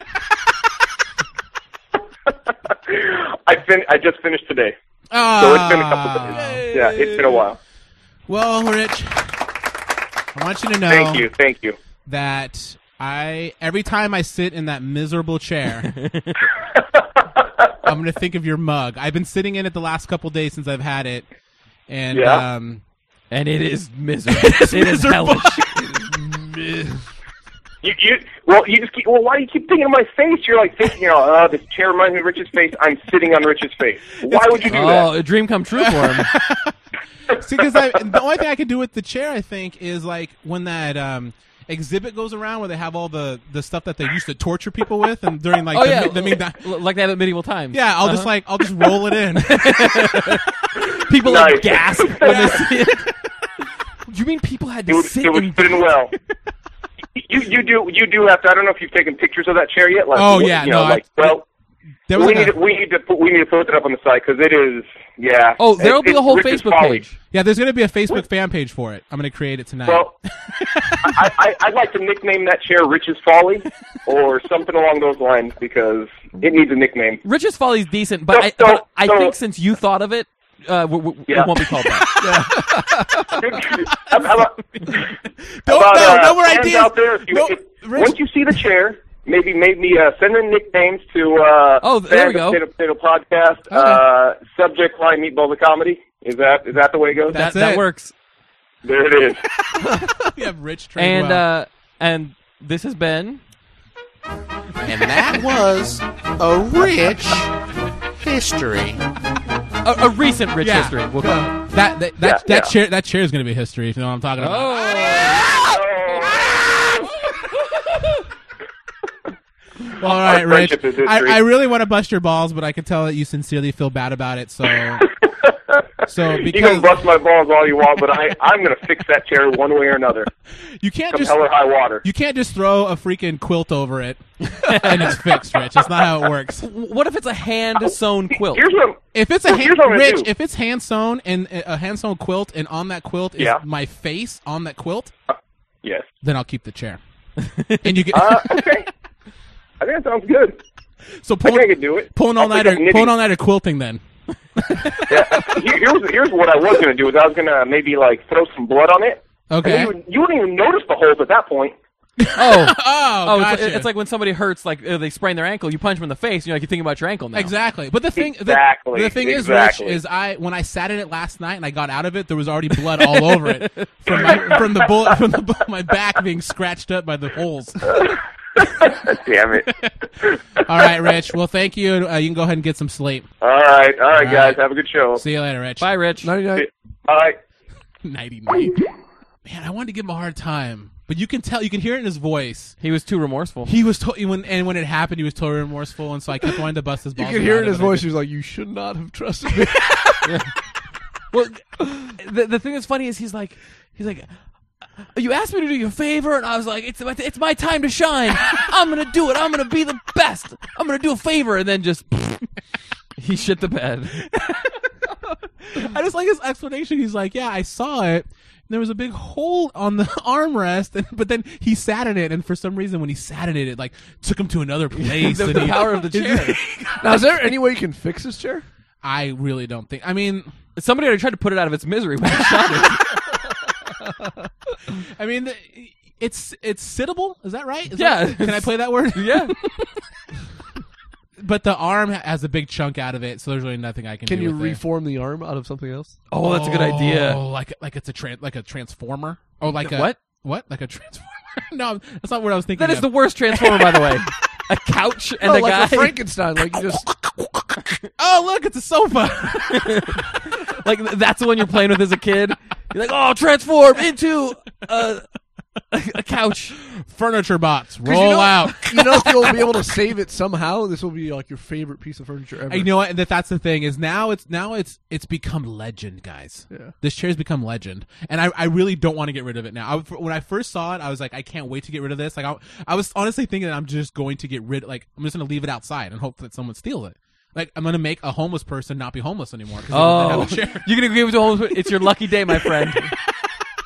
S7: I fin- I just finished today. So it's been a couple of
S2: Ah,
S7: days. Yeah, it's been a while.
S2: well, Rich, I want you to know
S7: Thank you, thank you.
S2: that I every time I sit in that miserable chair, I'm gonna think of your mug. I've been sitting in it the last couple days since I've had it, and
S7: Yeah.
S2: um,
S1: and it is miserable. it is
S2: miserable.
S1: hellish.
S7: You, you, well, you just keep. Well, why do you keep thinking of my face? You're like thinking, oh, uh, this chair reminds me of Rich's face. I'm sitting on Rich's face. Why would you do
S1: Oh,
S7: that?
S1: a dream come true for him.
S2: see, because the only thing I can do with the chair, I think, is like when that um exhibit goes around where they have all the the stuff that they used to torture people with, and during like
S1: Oh
S2: the,
S1: yeah, Uh-huh.
S2: mi- the midnight.
S1: L- like they have at medieval times.
S2: Yeah, I'll just like I'll just roll it in.
S1: people like
S7: Nice.
S1: gasp when they see it. You mean people had
S7: It
S1: to
S7: would,
S1: sit
S7: it would
S1: in
S7: fit in well. you, you do, you do have to. I don't know if you've taken pictures of that chair yet. Like,
S2: Oh,
S7: what-
S2: yeah,
S7: you know,
S2: no, I-
S7: like well.
S2: There was
S7: We
S2: like
S7: need,
S2: a-
S7: to, we need to put we need to put that up on the site because it is yeah.
S1: Oh, there'll
S7: It-
S1: be a
S7: it's
S1: whole
S7: Rich's
S1: Facebook
S7: folly.
S1: page.
S2: yeah, there's gonna be a Facebook fan page for it. I'm gonna create it tonight.
S7: Well, I, I, I'd like to nickname that chair Rich's Folly or something along those lines because it needs a nickname.
S1: Rich's Folly's decent, but I,
S7: No, no,
S1: but I
S7: no.
S1: think since you thought of it, uh, w- w-
S7: Yeah.
S1: it won't be called that.
S7: How about-
S2: Don't
S7: about,
S2: no,
S7: uh,
S2: no more
S7: fans
S2: ideas.
S7: out there, if you,
S2: No,
S7: if-
S2: Rich-
S7: once you see the chair, maybe maybe uh, send in nicknames to uh,
S1: Oh, there we
S7: fans of
S1: go.
S7: Potato Potato Podcast. Uh, subject line Meatball the Comedy. Is that is that the way it goes?
S1: that,
S2: That's
S1: that
S2: it.
S1: works.
S7: there it is.
S2: we have Rich Treadwell.
S1: And uh, and this has been
S8: And that was a rich history.
S1: a, a recent Rich
S2: Yeah.
S1: history. We'll call it.
S2: that that that, that
S7: yeah.
S2: chair that chair is gonna be history. If you know what I'm talking about.
S1: Oh.
S7: Oh.
S2: All right, Rich.
S7: friendship is
S2: I,
S7: history.
S2: I really want to bust your balls, but I can tell that you sincerely feel bad about it. So, so
S7: you can
S2: because
S7: bust my balls all you want, but I I'm gonna fix that chair one way or another,
S2: you can't
S7: come
S2: just
S7: hell or high water.
S2: you can't just throw a freaking quilt over it and it's fixed, Rich. It's not how it works.
S1: W- What if it's a hand sewn quilt?
S7: Here's what I'm-
S2: If it's a
S7: Well,
S2: hand,
S7: here's what I'm gonna
S2: Rich,
S7: do.
S2: if it's hand sewn and uh, a hand sewn quilt, and on that quilt is
S7: Yeah.
S2: my face on that quilt,
S7: yes.
S2: then I'll keep the chair. and you get
S7: Uh, okay. I think that sounds good.
S2: so
S7: I think I
S2: pulling
S7: could do it.
S2: pulling all
S7: I'll pick up
S2: nighter,
S7: knitting.
S2: pulling all nighter quilting then.
S7: Yeah. Here- Here's, here's what I was gonna do is I was gonna maybe like throw some blood on it. And
S2: Okay.
S7: You, would- you wouldn't even notice the holes at that point.
S1: Oh,
S2: Oh,
S1: oh, it's,
S2: gotcha.
S1: it's like when somebody hurts, like uh, they sprain their ankle. You punch them in the face. And you're like, you think about your ankle now.
S2: Exactly, but the thing,
S7: Exactly,
S2: the, the thing
S7: exactly.
S2: is, Rich, is I when I sat in it last night and I got out of it, there was already blood all over it from my, from the bullet from the bu- my back being scratched up by the holes.
S7: Damn it.
S2: All right, Rich. Well, thank you. Uh, you can go ahead and get some sleep.
S7: all right, all right,
S2: All
S7: guys.
S2: right.
S7: Have a good show.
S2: See you later, Rich.
S1: Bye, Rich.
S4: Ninety-nine.
S7: All right.
S2: Nighty night. Man, I wanted to give him a hard time, but you can tell, you can hear it in his voice.
S1: He was too remorseful.
S2: He was to- when and when it happened, he was totally remorseful, and so I kept wanting to bust his balls.
S4: You could hear
S2: about
S4: it in his
S2: but I
S4: voice.
S2: didn't.
S4: He was like, "You should not have trusted me."
S1: Well, the, the thing that's funny is he's like, he's like, you asked me to do you a favor, and I was like, it's it's my time to shine. I'm gonna do it. I'm gonna be the best. I'm gonna do a favor, and then just he shit the bed.
S2: I just like his explanation. He's like, "Yeah, I saw it. And there was a big hole on the armrest, and, but then he sat in it, and for some reason, when he sat in it, it like took him to another place.
S1: the,
S2: and
S1: the
S2: he-
S1: power of the chair.
S4: now, is there any way you can fix this chair?
S2: I really don't think. I mean,
S1: Somebody already tried to put it out of its misery when they shot it.
S2: I mean, the- it's it's sittable. Is that right? Is
S1: Yeah.
S2: that- can I play that word?
S1: Yeah.
S2: But the arm has a big chunk out of it, so there's really nothing I can.
S4: Can
S2: do
S4: you
S2: with it.
S4: reform the arm out of something else?
S1: Oh, that's a good idea.
S2: Oh, like like it's a tran like a transformer. Oh, like a
S1: What?
S2: What? Like a transformer? no, that's not what I was thinking.
S1: That is
S2: of.
S1: the worst transformer, by the way. A couch and
S4: Oh,
S1: a
S4: like
S1: guy,
S4: a Frankenstein. Like you just
S2: Oh, look, it's a sofa.
S1: like that's the one you're playing with as a kid. You're like, oh, transform into a, a couch.
S2: Furniture bots, roll
S4: you know-
S2: out.
S4: you know if you'll be able to save it somehow. This will be like your favorite piece of furniture ever.
S2: And you know what? That that's the thing is now it's now it's it's become legend, guys.
S4: Yeah.
S2: This chair's become legend, and I, I really don't want to get rid of it now. I, when I first saw it, I was like, I can't wait to get rid of this. Like I, I was honestly thinking that I'm just going to get rid. Like I'm just going to leave it outside and hope that someone steals it. Like I'm going to make a homeless person not be homeless anymore. 'cause they don't
S1: Oh,
S2: have a chair.
S1: you're gonna give it to homeless. It's your lucky day, my friend.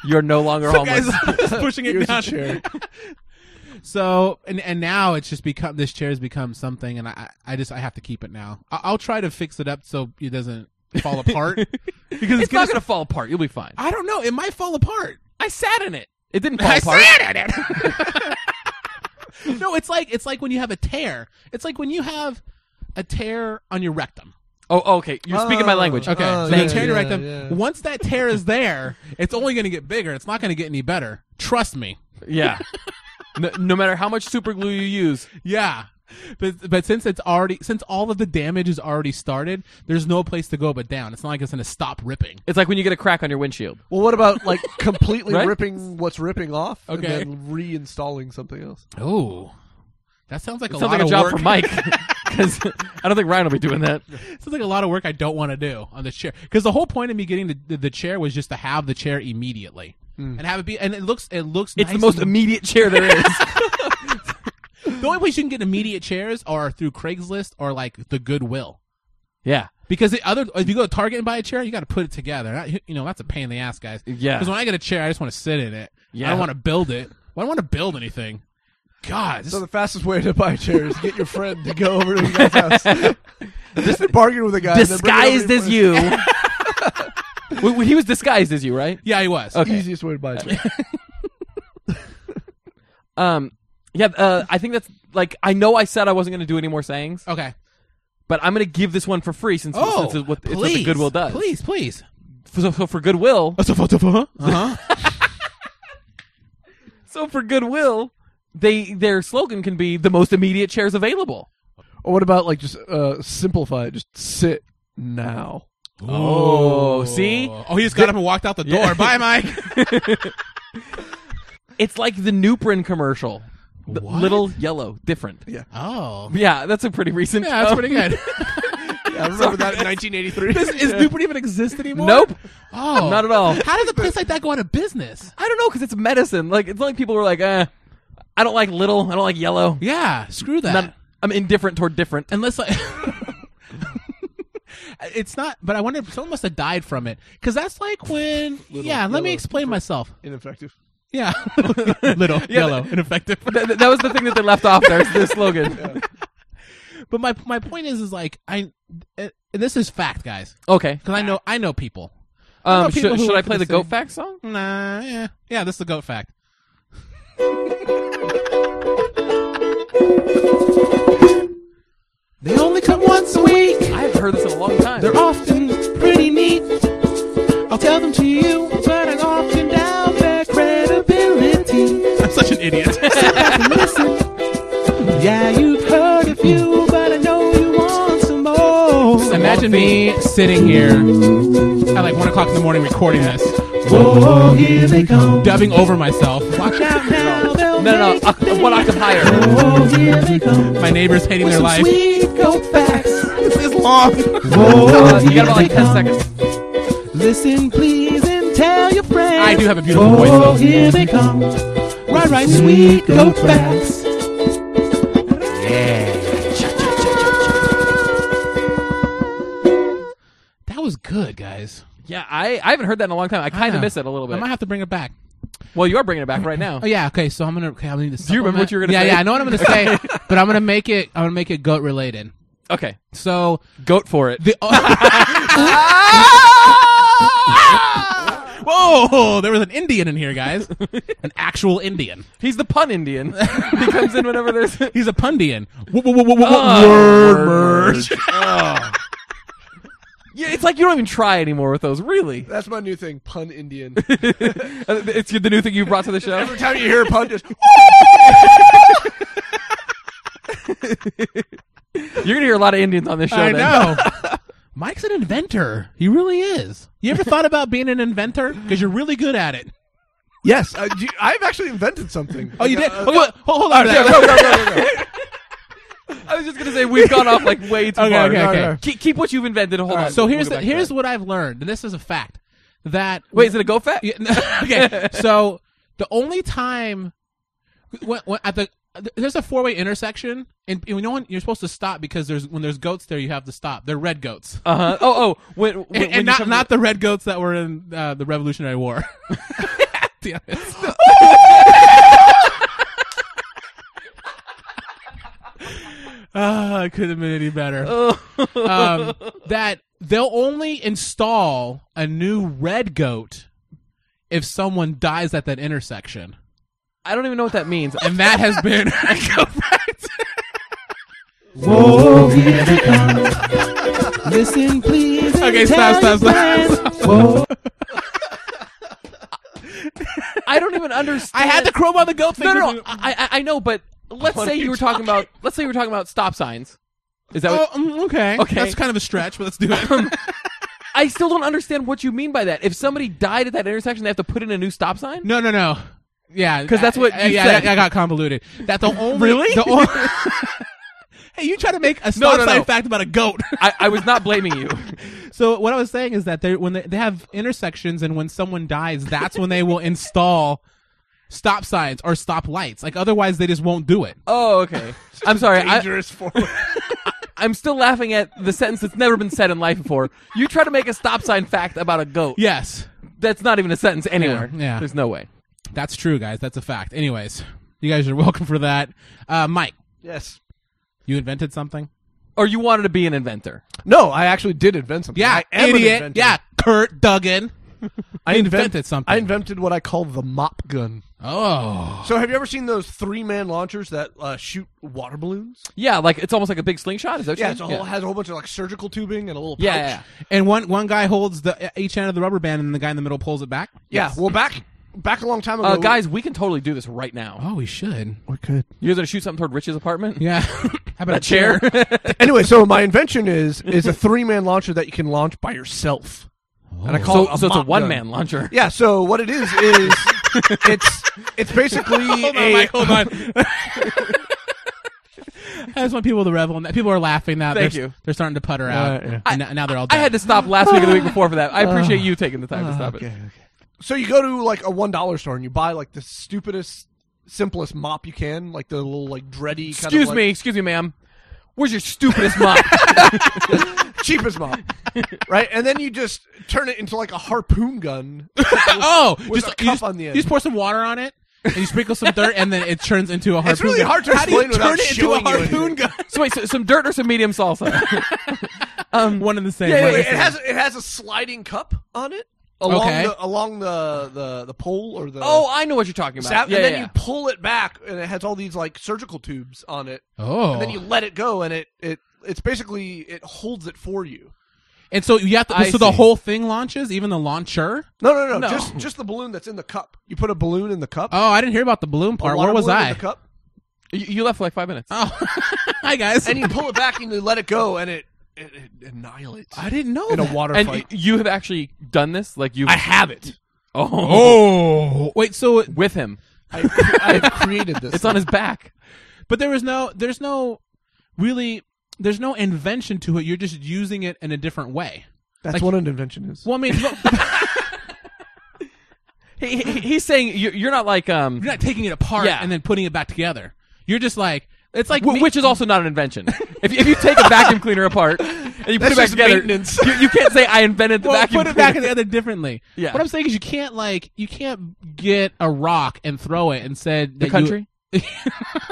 S1: You're no longer
S4: Oh
S1: homeless.
S2: Guys, I'm just pushing it
S4: Here's a
S2: down.
S4: chair.
S2: So and and now it's just become this chair's become something, and I I I just I have to keep it now. I, I'll try to fix it up so it doesn't fall apart because it's,
S1: it's
S2: gonna,
S1: not gonna fall apart. You'll be fine.
S2: I don't know. It might fall apart.
S1: I sat in it. It didn't fall apart.
S2: sat in it. no, it's like it's like when you have a tear. It's like when you have a tear on your rectum.
S1: Oh, okay. You're speaking my language.
S2: Okay,
S4: Oh,
S2: so
S1: Thank
S2: you tear
S1: you.
S2: your rectum. Once that tear is there, it's only going to get bigger. It's not going to get any better. Trust me.
S1: Yeah. no, no matter how much super glue you use,
S2: Yeah. But but since it's already since all of the damage is already started, there's no place to go but down. It's not like it's going to stop ripping.
S1: it's like when you get a crack on your windshield.
S4: Well, what about like completely
S1: Right?
S4: ripping what's ripping off
S2: Okay.
S4: and then reinstalling something else?
S2: Oh. That sounds like a
S1: It
S2: lot
S1: sounds like a
S2: of
S1: job
S2: work.
S1: for Mike. Because I don't think Ryan will be doing that.
S2: Sounds like a lot of work I don't want to do on the chair. Because the whole point of me getting the, the, the chair was just to have the chair immediately and have it be. And it looks it looks.
S1: Hmm. It's
S2: nice
S1: the most
S2: and-
S1: immediate chair there is.
S2: the only place you can get immediate chairs are through Craigslist or like the Goodwill.
S1: yeah.
S2: Because the other, if you go to Target and buy a chair, you got to put it together. That- you know that's a pain in the ass, guys.
S1: Yeah.
S2: Because when I get a chair, I just want to sit in it.
S1: Yeah.
S2: I don't want to build it. Well, I don't want to build anything. God, this-
S4: So the fastest way to buy chairs is get your friend to go over to the guy's house. Just bargain with a guy. and then bring it over to
S1: Disguised
S4: your
S1: as you.
S4: friend.
S1: Wait, wait, he was disguised as you, right?
S2: yeah, he was.
S1: Okay.
S4: Easiest way to buy a chair.
S1: Um, yeah, uh, I think that's like I know I said I wasn't going to do any more sayings,
S2: Okay.
S1: but I'm going to give this one for free since,
S2: Oh,
S1: since it's, what, it's
S2: please,
S1: what the Goodwill does.
S2: Please, please.
S1: So, so for Goodwill,
S2: Uh huh.
S1: so for Goodwill, they their slogan can be the most immediate chairs available.
S4: Or what about like just uh, simplify it? Just sit now.
S1: Oh, see?
S2: Oh, he just got up and walked out the door.
S1: Yeah.
S2: Bye, Mike.
S1: It's like the Nuprin commercial, The
S2: What?
S1: little yellow, different. Yeah,
S2: Oh.
S1: that's a pretty recent.
S2: Yeah, that's
S1: um,
S2: pretty good.
S4: Yeah, I remember that in 1983.
S2: Does, is Newport even exist anymore?
S1: Nope,
S2: Oh.
S1: not at all.
S2: How did a place like that go out of business?
S1: I don't know because it's medicine. Like it's not like people were like, eh, I don't like little, I don't like yellow.
S2: Yeah, screw that.
S1: Not- I'm indifferent toward different.
S2: Unless like It's not, but I wonder if someone must have died from it. Because that's like when. yeah, let me
S4: yellow,
S2: explain myself.
S4: Ineffective.
S2: Yeah. Little, yellow, ineffective.
S1: Th- th- that was the thing that they left off there. is The slogan.
S2: But my my point is, is like, I. uh this is fact, guys.
S1: Okay.
S2: Because I know I know people. know
S1: Um,
S2: people
S1: should
S2: who
S1: should
S2: work
S1: I
S2: for
S1: play
S2: the
S1: the goat
S2: city.
S1: fact song?
S2: Nah, yeah. Yeah, this is the goat fact.
S8: They only come once a week.
S1: I haven't heard this in a long time.
S8: They're often pretty neat. I'll tell them to you, but I often doubt their credibility.
S2: I'm such an idiot.
S8: Listen, yeah, you've heard a few, but I know you want some more.
S2: Imagine me sitting here at like one o'clock in the morning recording this,
S8: Oh, here they come.
S2: dubbing over myself.
S8: Watch out now, they'll
S1: no, no, no.
S8: make
S1: oc- one octave higher.
S8: Oh, here they come.
S2: My neighbors hating
S8: With
S2: their
S8: some
S2: life.
S8: sweet goat facts.
S2: This is long.
S8: Oh,
S1: Uh, you got
S8: here
S1: about like
S8: they
S1: ten
S8: come.
S1: seconds.
S8: Listen, please, and tell your friends.
S2: I do have a beautiful voice,
S8: Oh,
S2: though.
S8: here they come. Right, right, sweet goat facts.
S2: That was good, guys.
S1: Yeah, I, I haven't heard that in a long time. I kind
S2: know.
S1: of miss it a little
S2: I
S1: bit.
S2: might have to bring it back.
S1: Well, you are bringing it back right now.
S2: Oh yeah, okay. So I'm gonna. Okay, I need to. Do
S1: you remember what you were gonna
S2: yeah,
S1: say?
S2: Yeah, I know what I'm gonna say, but I'm gonna make it. I'm gonna make it goat related.
S1: Okay,
S2: So
S1: goat for it.
S2: the. oh. Whoa! There was an Indian in here, guys. An actual Indian.
S1: He's the pun Indian. he comes in whenever there's.
S2: He's a pundian. Whoa, whoa, whoa, whoa, whoa,
S1: Oh,
S2: whoa.
S1: word merge. Oh. Yeah, it's like you don't even try anymore with those. Really,
S4: That's my new thing. Pun Indian.
S1: Uh, it's the new thing you brought to the show.
S4: Every time you hear a pun, just
S1: You're gonna hear a lot of Indians on this show.
S2: I
S1: then.
S2: know. Mike's an inventor. He really is. You ever thought about being an inventor? Because you're really good at it.
S4: yes. I, Uh, do- I've actually invented something. Uh,
S2: Oh, you did. Oh, wait, hold, hold on. to
S1: Yeah,
S2: that.
S1: go, go, go, go, go. I was just gonna say we've gone off like way too
S2: Okay,
S1: far.
S2: okay, okay.
S1: Keep, keep what you've invented. Hold on.
S2: So
S1: We'll
S2: here's
S1: go
S2: the,
S1: back to
S2: here's
S1: that.
S2: what I've learned, and this is a fact. That
S1: wait. Is it a go fat?
S2: Yeah, no, okay. So the only time when, when at the there's a four way intersection, and you know when you're supposed to stop because there's when there's goats there, you have to stop. They're red goats,
S1: Uh huh. Oh oh. When, when,
S2: and,
S1: when
S2: and
S1: you
S2: not
S1: come-
S2: not the red goats that were in uh, the Revolutionary War. Damn it. Ah, it could have been any better. um, that they'll only install a new red goat if someone dies at that intersection.
S1: I don't even know what that means.
S2: And that has been
S8: Whoa, here they come. Listen, please. and
S2: Okay, stop,
S8: tell
S2: stop,
S8: your
S2: stop,
S8: friends. Oh, Whoa,
S1: I don't even understand.
S2: I had the chrome on the goat
S1: no,
S2: finger.
S1: no, no. I, I I know, but let's
S2: What
S1: say
S2: are
S1: you
S2: you
S1: were talking about. Let's say you were talking about stop signs. Is that?
S2: Oh,
S1: what,
S2: mm, okay.
S1: Okay.
S2: That's kind of a stretch, but let's do it.
S1: I still don't understand what you mean by that. If somebody died at that intersection, they have to put in a new stop sign.
S2: no, no, no. Yeah,
S1: 'Cause that's what
S2: I,
S1: you
S2: yeah,
S1: said.
S2: I, I got convoluted. That the only
S1: Really?
S2: The only, hey, you try to make a stop
S1: no,
S2: sign
S1: no.
S2: fact about a goat.
S1: I, I was not blaming you.
S2: So what I was saying is that they when they, they have intersections and when someone dies, that's when they will install stop signs or stop lights. Like otherwise, they just won't do it.
S1: Oh, okay. I'm sorry. I,
S4: Dangerous forward.
S1: I'm still laughing at the sentence that's never been said in life before. You try to make a stop sign fact about a goat.
S2: Yes,
S1: That's not even a sentence anywhere.
S2: Yeah, yeah.
S1: There's no way.
S2: that's true, guys. That's a fact. Anyways, you guys are welcome for that. Uh, Mike,
S4: yes.
S2: you invented something.
S1: Or you wanted to be an inventor.
S4: No, I actually did invent something. I am an
S2: idiot.
S4: inventor.
S2: Yeah, Kurt Duggan.
S4: I
S2: invented something.
S4: I invented what I call the mop gun.
S2: Oh,
S4: So have you ever seen those three-man launchers that uh, shoot water balloons?
S1: Yeah, like it's almost like a big slingshot. Is that what
S4: Yeah,
S1: you
S4: it's a
S1: mean?
S4: whole, has a whole bunch of like surgical tubing and a little pouch.
S1: yeah. yeah, yeah.
S2: and one one guy holds the e, each end of the rubber band, and the guy in the middle pulls it back.
S4: Yeah, well, back back a long time ago,
S1: Uh, guys, we can totally do this right now.
S2: Oh, we should.
S4: we could.
S1: You're gonna shoot something toward Rich's apartment?
S2: Yeah. How about
S1: A chair?
S4: Anyway, so my invention is is a three-man launcher that you can launch by yourself, and I call
S1: so,
S4: it a
S1: so it's a
S4: mop gun.
S1: one man launcher.
S4: Yeah. So what it is is it's it's basically
S2: hold on,
S4: a
S2: Mike, hold on. I just want people to revel in that. People are laughing now.
S1: Thank
S2: they're,
S1: you.
S2: They're starting to putter out.
S4: yeah.
S2: And now- now they're all.
S1: I
S2: Dead.
S1: had to stop last week and the week before for that.
S4: Uh,
S1: I appreciate you taking the time to stop it.
S4: so you go to like a one dollar store and you buy like the stupidest, simplest mop you can, like the little like dready. Kind
S1: Excuse
S4: of, like,
S1: me, excuse me, ma'am. Where's your stupidest mop?
S4: cheapest mop, right? And then you just turn it into like a harpoon gun.
S2: oh,
S4: with
S2: just
S4: a
S2: you
S4: cup
S2: just-
S4: on the end.
S2: You just pour some water on it, and you sprinkle some dirt, and then it turns into a harpoon.
S4: It's really
S2: gun.
S4: hard to
S2: How do you
S4: explain without
S2: turn it into a
S4: showing you
S2: harpoon
S4: anything.
S2: gun?
S1: so wait, so, some dirt or some medium salsa?
S2: One and the same.
S1: yeah,
S2: one
S1: yeah,
S2: and the
S4: It
S2: same.
S4: has it has a sliding cup on it along
S2: Okay.
S4: the along the, the the pole or the
S1: oh, I know what you're talking about.
S4: sap,
S1: yeah,
S4: and then
S1: yeah,
S4: you pull it back and it has all these like surgical tubes on it.
S2: Oh,
S4: And then you let it go and it it it's basically it holds it for you.
S2: And so you have to.
S1: I
S2: so the
S1: see.
S2: whole thing launches, even the launcher.
S4: No, no, no,
S1: No.
S4: Just just the balloon that's in the cup. You put a balloon in the cup.
S2: Oh, I didn't hear about the balloon
S4: a
S2: part.
S4: water
S2: Where was
S4: balloon in
S2: I?
S4: the cup,
S1: yeah. You, you left for like five minutes.
S2: Oh, hi guys.
S4: and you pull it back and you let it go and it it, it annihilates.
S2: I didn't know.
S4: in a
S2: that.
S4: water
S1: and y-
S4: fight.
S1: you have actually done this? Like you
S4: I have it.
S1: oh,
S2: Oh, wait. So, it-
S1: with him.
S4: I, I've created this.
S1: It's on his back.
S2: but there was no. There's no really. There's no invention to it. You're just using it in a different way.
S4: That's
S2: like-
S4: what an invention is.
S2: Well, I mean, look, you're
S1: He, he- he's saying you- you're not like um
S2: not taking it apart
S1: Yeah.
S2: and then putting it back together. You're just like it's like
S1: Wh-
S2: me-
S1: which is also not an invention. If, you- if you take a vacuum cleaner apart and you put
S4: That's
S1: it back
S4: just
S1: together,
S4: maintenance.
S1: you, you can't say I invented the
S2: well,
S1: vacuum
S2: put it
S1: cleaner.
S2: back together differently.
S1: Yeah.
S2: What I'm saying is you can't like you can't get a rock and throw it and said
S1: the country.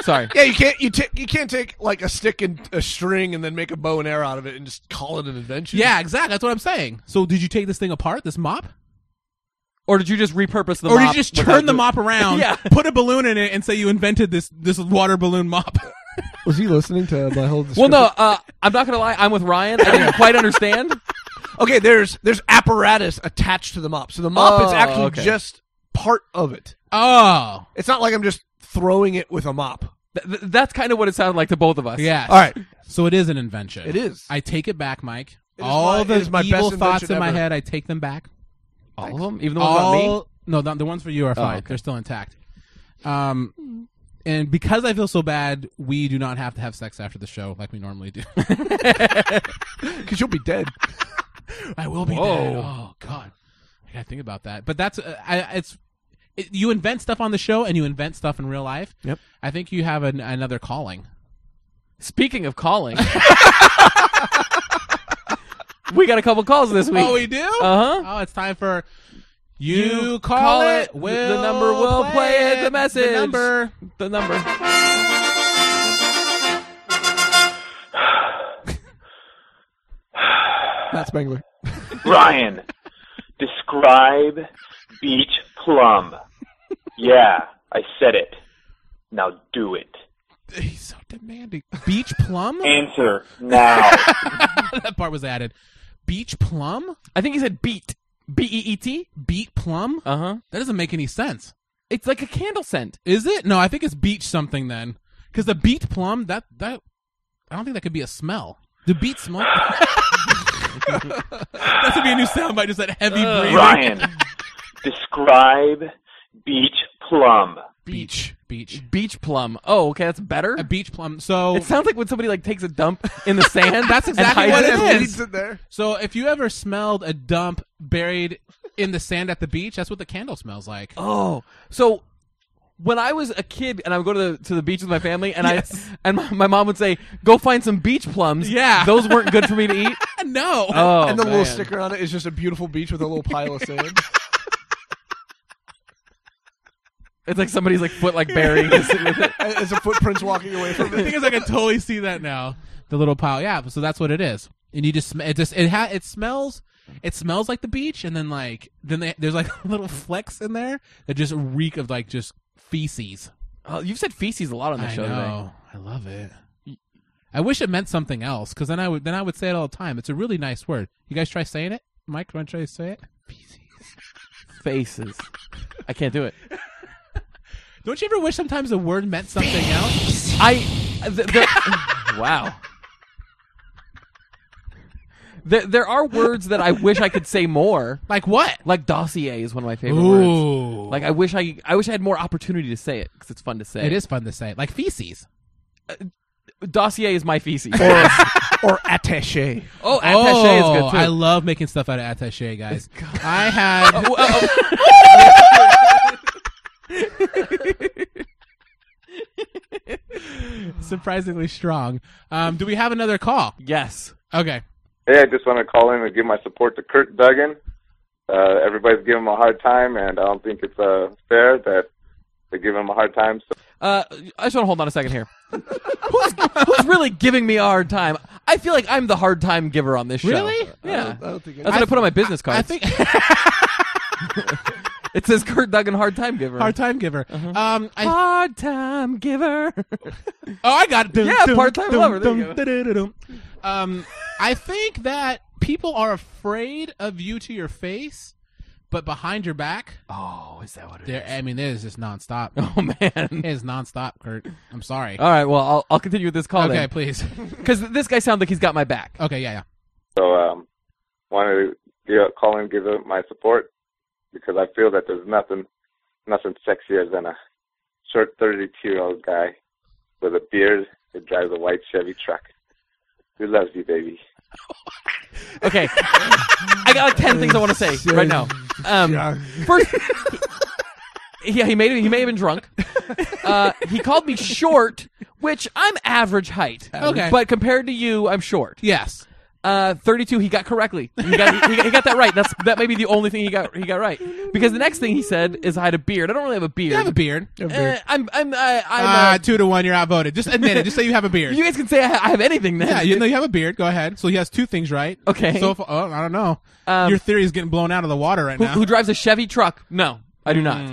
S1: Sorry.
S4: Yeah, you can't you ta- you can't take like a stick and a string and then make a bow and arrow out of it and just call it an invention.
S2: yeah, exactly. That's what I'm saying. So did you take this thing apart, this mop?
S1: Or did you just repurpose the
S2: or
S1: mop?
S2: you just
S1: without
S2: turn the
S1: do-
S2: mop around,
S1: Yeah.
S2: put a balloon in it, and say you invented this this water balloon mop.
S4: Was he listening to my whole?
S1: Well, no, uh, I'm not gonna lie. I'm with Ryan. I didn't quite understand.
S4: Okay, there's there's apparatus attached to the mop, so the mop is
S1: Oh,
S4: actually
S1: okay.
S4: just part of it.
S2: oh,
S4: It's not like I'm just throwing it with a mop.
S1: Th- th- that's kind of what it sounded like to both of us.
S2: yes.
S4: All right.
S2: So it is an invention.
S4: It is.
S2: I take it back, Mike.
S4: It is
S2: All
S4: my-
S2: the
S4: it is my
S2: evil
S4: best
S2: thoughts in
S4: invention
S2: my
S4: ever.
S2: head, I take them back.
S1: all of them, even the ones about me.
S2: All no, the, the ones for
S4: Oh,
S2: you are fine.
S1: okay.
S2: They're still intact. Um, and because I feel so bad, we do not have to have sex after the show like we normally do.
S4: Because you'll be dead.
S2: I will be dead. Oh God, I gotta think about that. But that's uh, I, it's it, you invent stuff on the show and you invent stuff in real life.
S4: Yep.
S2: I think you have an, another calling.
S1: Speaking of calling, we got a couple calls this week.
S2: Oh, we do.
S1: Uh huh.
S2: oh, it's time for you,
S1: You
S2: call,
S1: call
S2: it.
S1: it, the number will play it, the message.
S2: number.
S1: The number.
S4: Matt Spangler.
S9: Ryan, describe beach plum. Yeah, I I said it. Now do it.
S2: He's so demanding. Beach plum?
S9: Answer now.
S2: that part was added. Beach plum?
S1: I think he said beat. B E E T?
S2: Beat plum?
S1: Uh huh.
S2: That doesn't make any sense.
S1: It's like a candle scent.
S2: Is it? No, I think it's beach something then. Because the beat plum, that that I don't think that could be a smell. The beat smell. that should be a new soundbite. Just that heavy breathing.
S9: Ryan, describe beach plum.
S2: Beach, beach,
S1: Beach plum. Oh, okay, that's better.
S2: a beach plum. So
S1: It sounds like when somebody like takes a dump in the sand.
S2: That's
S1: and
S2: exactly
S1: hides it.
S2: what it
S4: It
S2: is.
S4: leads in there.
S2: So if you ever smelled a dump buried in the sand at the beach, that's what the candle smells like.
S1: Oh, so when I was a kid and I would go to the to the beach with my family, and
S2: Yes.
S1: I and my, my mom would say, "Go find some beach plums."
S2: Yeah.
S1: those weren't good for me to eat.
S2: no.
S1: Oh,
S4: and the little
S1: man.
S4: sticker on it is just a beautiful beach with a little pile of sand.
S1: It's like somebody's like foot like burying. his- with it.
S4: And It's a footprints walking away from
S2: the thing
S4: it.
S2: is, I can totally see that now. The little pile, yeah. So that's what it is, and you just sm- it just it ha- it smells it smells like the beach, and then like then they, there's like little flecks in there that just reek of like just feces.
S1: Oh, you've said feces a lot on the
S2: I
S1: show today.
S2: know, I love it. I wish it meant something else, because then I would then I would say it all the time. It's a really nice word. You guys try saying it, Mike. Want to try to say it?
S1: Faces. I can't do it.
S2: Don't you ever wish sometimes the word meant something else?
S1: I. The, the, wow. There, there are words that I wish I could say more.
S2: Like what?
S1: Like dossier is one of my favorite words.
S2: Ooh,
S1: Like I wish I, I wish I had more opportunity to say it because it's fun to say.
S2: it is fun to say. Like feces.
S1: dossier is my feces.
S4: or attaché.
S1: oh, attaché is good too.
S2: I love making stuff out of attaché, guys. I had
S1: uh, oh.
S2: surprisingly strong. Um, do we have another call?
S1: yes.
S2: Okay.
S7: Hey, I just want to call in and give my support to Kurt Duggan. Uh, everybody's giving him a hard time, and I don't think it's uh, fair that they give him a hard time. So
S1: Uh, I just want to hold on a second here. who's, who's really giving me a hard time? I feel like I'm the hard time giver on this show.
S2: Really?
S1: Yeah.
S4: I don't think
S1: That's what I put on my business card.
S2: I think
S1: it says Kurt Duggan, hard time giver.
S2: hard time giver.
S1: Uh-huh.
S2: Um, I,
S1: Hard time giver.
S2: oh, I got it.
S1: Yeah, part-time lover. There you
S2: Um, I think that people are afraid of you to your face, but behind your back,
S1: oh, is that what it is?
S2: there. I mean, it is just nonstop.
S1: Oh man.
S2: It is nonstop, Kurt. I'm sorry.
S1: All right. Well, I'll, I'll continue with this call
S2: okay, please.
S1: Because this guy sounds like he's got my back.
S2: Okay, yeah, yeah.
S7: So um, wanted to give, call in, give him my support because I feel that there's nothing, nothing sexier than a short 32-year-old guy with a beard that drives a white Chevy truck. Who loves you, baby?
S1: Okay. I got like ten things I want to say right now. Um, first, yeah, he made he may have been drunk. Uh, he called me short, which I'm average height.
S2: Okay.
S1: But compared to you, I'm short.
S2: Yes.
S1: Uh, 32. He got correctly. He got, he, he got- he got that right. That's that may be the only thing he got he got right. Because the next thing he said is I had a beard. I don't really have a beard.
S2: You have a beard.
S1: Eh, I'm I'm I, I'm.
S2: Ah,
S1: uh,
S2: two to one. You're outvoted. Just admit it. Just say you have a beard.
S1: you guys can say I, I have anything. Then.
S2: yeah, you know you have a beard. Go ahead. So he has two things, right?
S1: Okay.
S2: So if, oh, I don't know.
S1: Um,
S2: Your theory is getting blown out of the water right
S1: who,
S2: now.
S1: who drives a Chevy truck? No, I do not.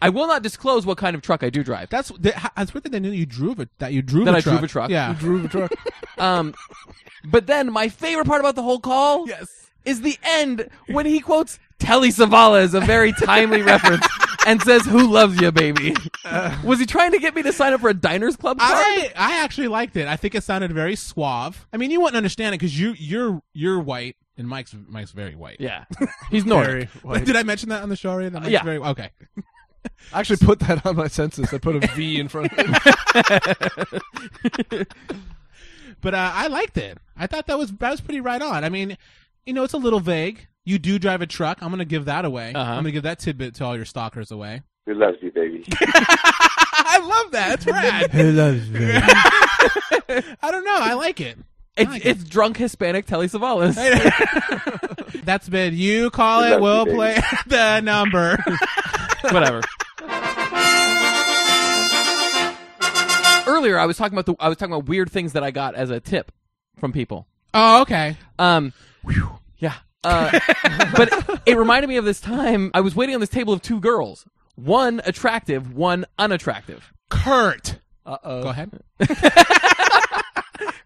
S1: I will not disclose what kind of truck I do drive.
S2: that's that, I swear that they knew you drove it. That you drove
S1: That
S2: a
S1: I
S2: truck.
S1: drove a truck.
S2: Yeah.
S4: Drew truck.
S1: Um, but then my favorite part about the whole call
S2: Yes.
S1: is the end when he quotes Telly Savalas, a very timely reference, and says, "Who loves you, baby?" Was he trying to get me to sign up for a Diners Club card?
S2: Uh. I, I actually liked it. I think it sounded very suave. I mean, you wouldn't understand it because you you're you're white and Mike's Mike's very white.
S1: yeah, he's Nordic.
S2: Did I mention that on the show already? That Mike's
S1: Yeah.
S2: Very, okay.
S4: I actually put that on my census. I put a V in front of it.
S2: But uh, I liked it. I thought that was that was pretty right on. I mean, you know, it's a little vague. You do drive a truck. I'm gonna give that away.
S1: Uh-huh.
S2: I'm gonna give that tidbit to all your stalkers away.
S7: Who loves you, baby?
S2: I love that. It's rad.
S8: Who loves me?
S2: I don't know. I like it.
S1: It's,
S2: like it.
S1: it's drunk Hispanic Telly Savalas.
S2: That's been you call it.
S7: Love you,
S2: We'll
S7: baby.
S2: play the number.
S1: Whatever. Earlier, I was talking about the I was talking about weird things that I got as a tip from people.
S2: oh, okay.
S1: Um, yeah. Uh, but it reminded me of this time I was waiting on this table of two girls. One attractive, one unattractive.
S2: Kurt.
S4: Uh oh.
S2: Go ahead.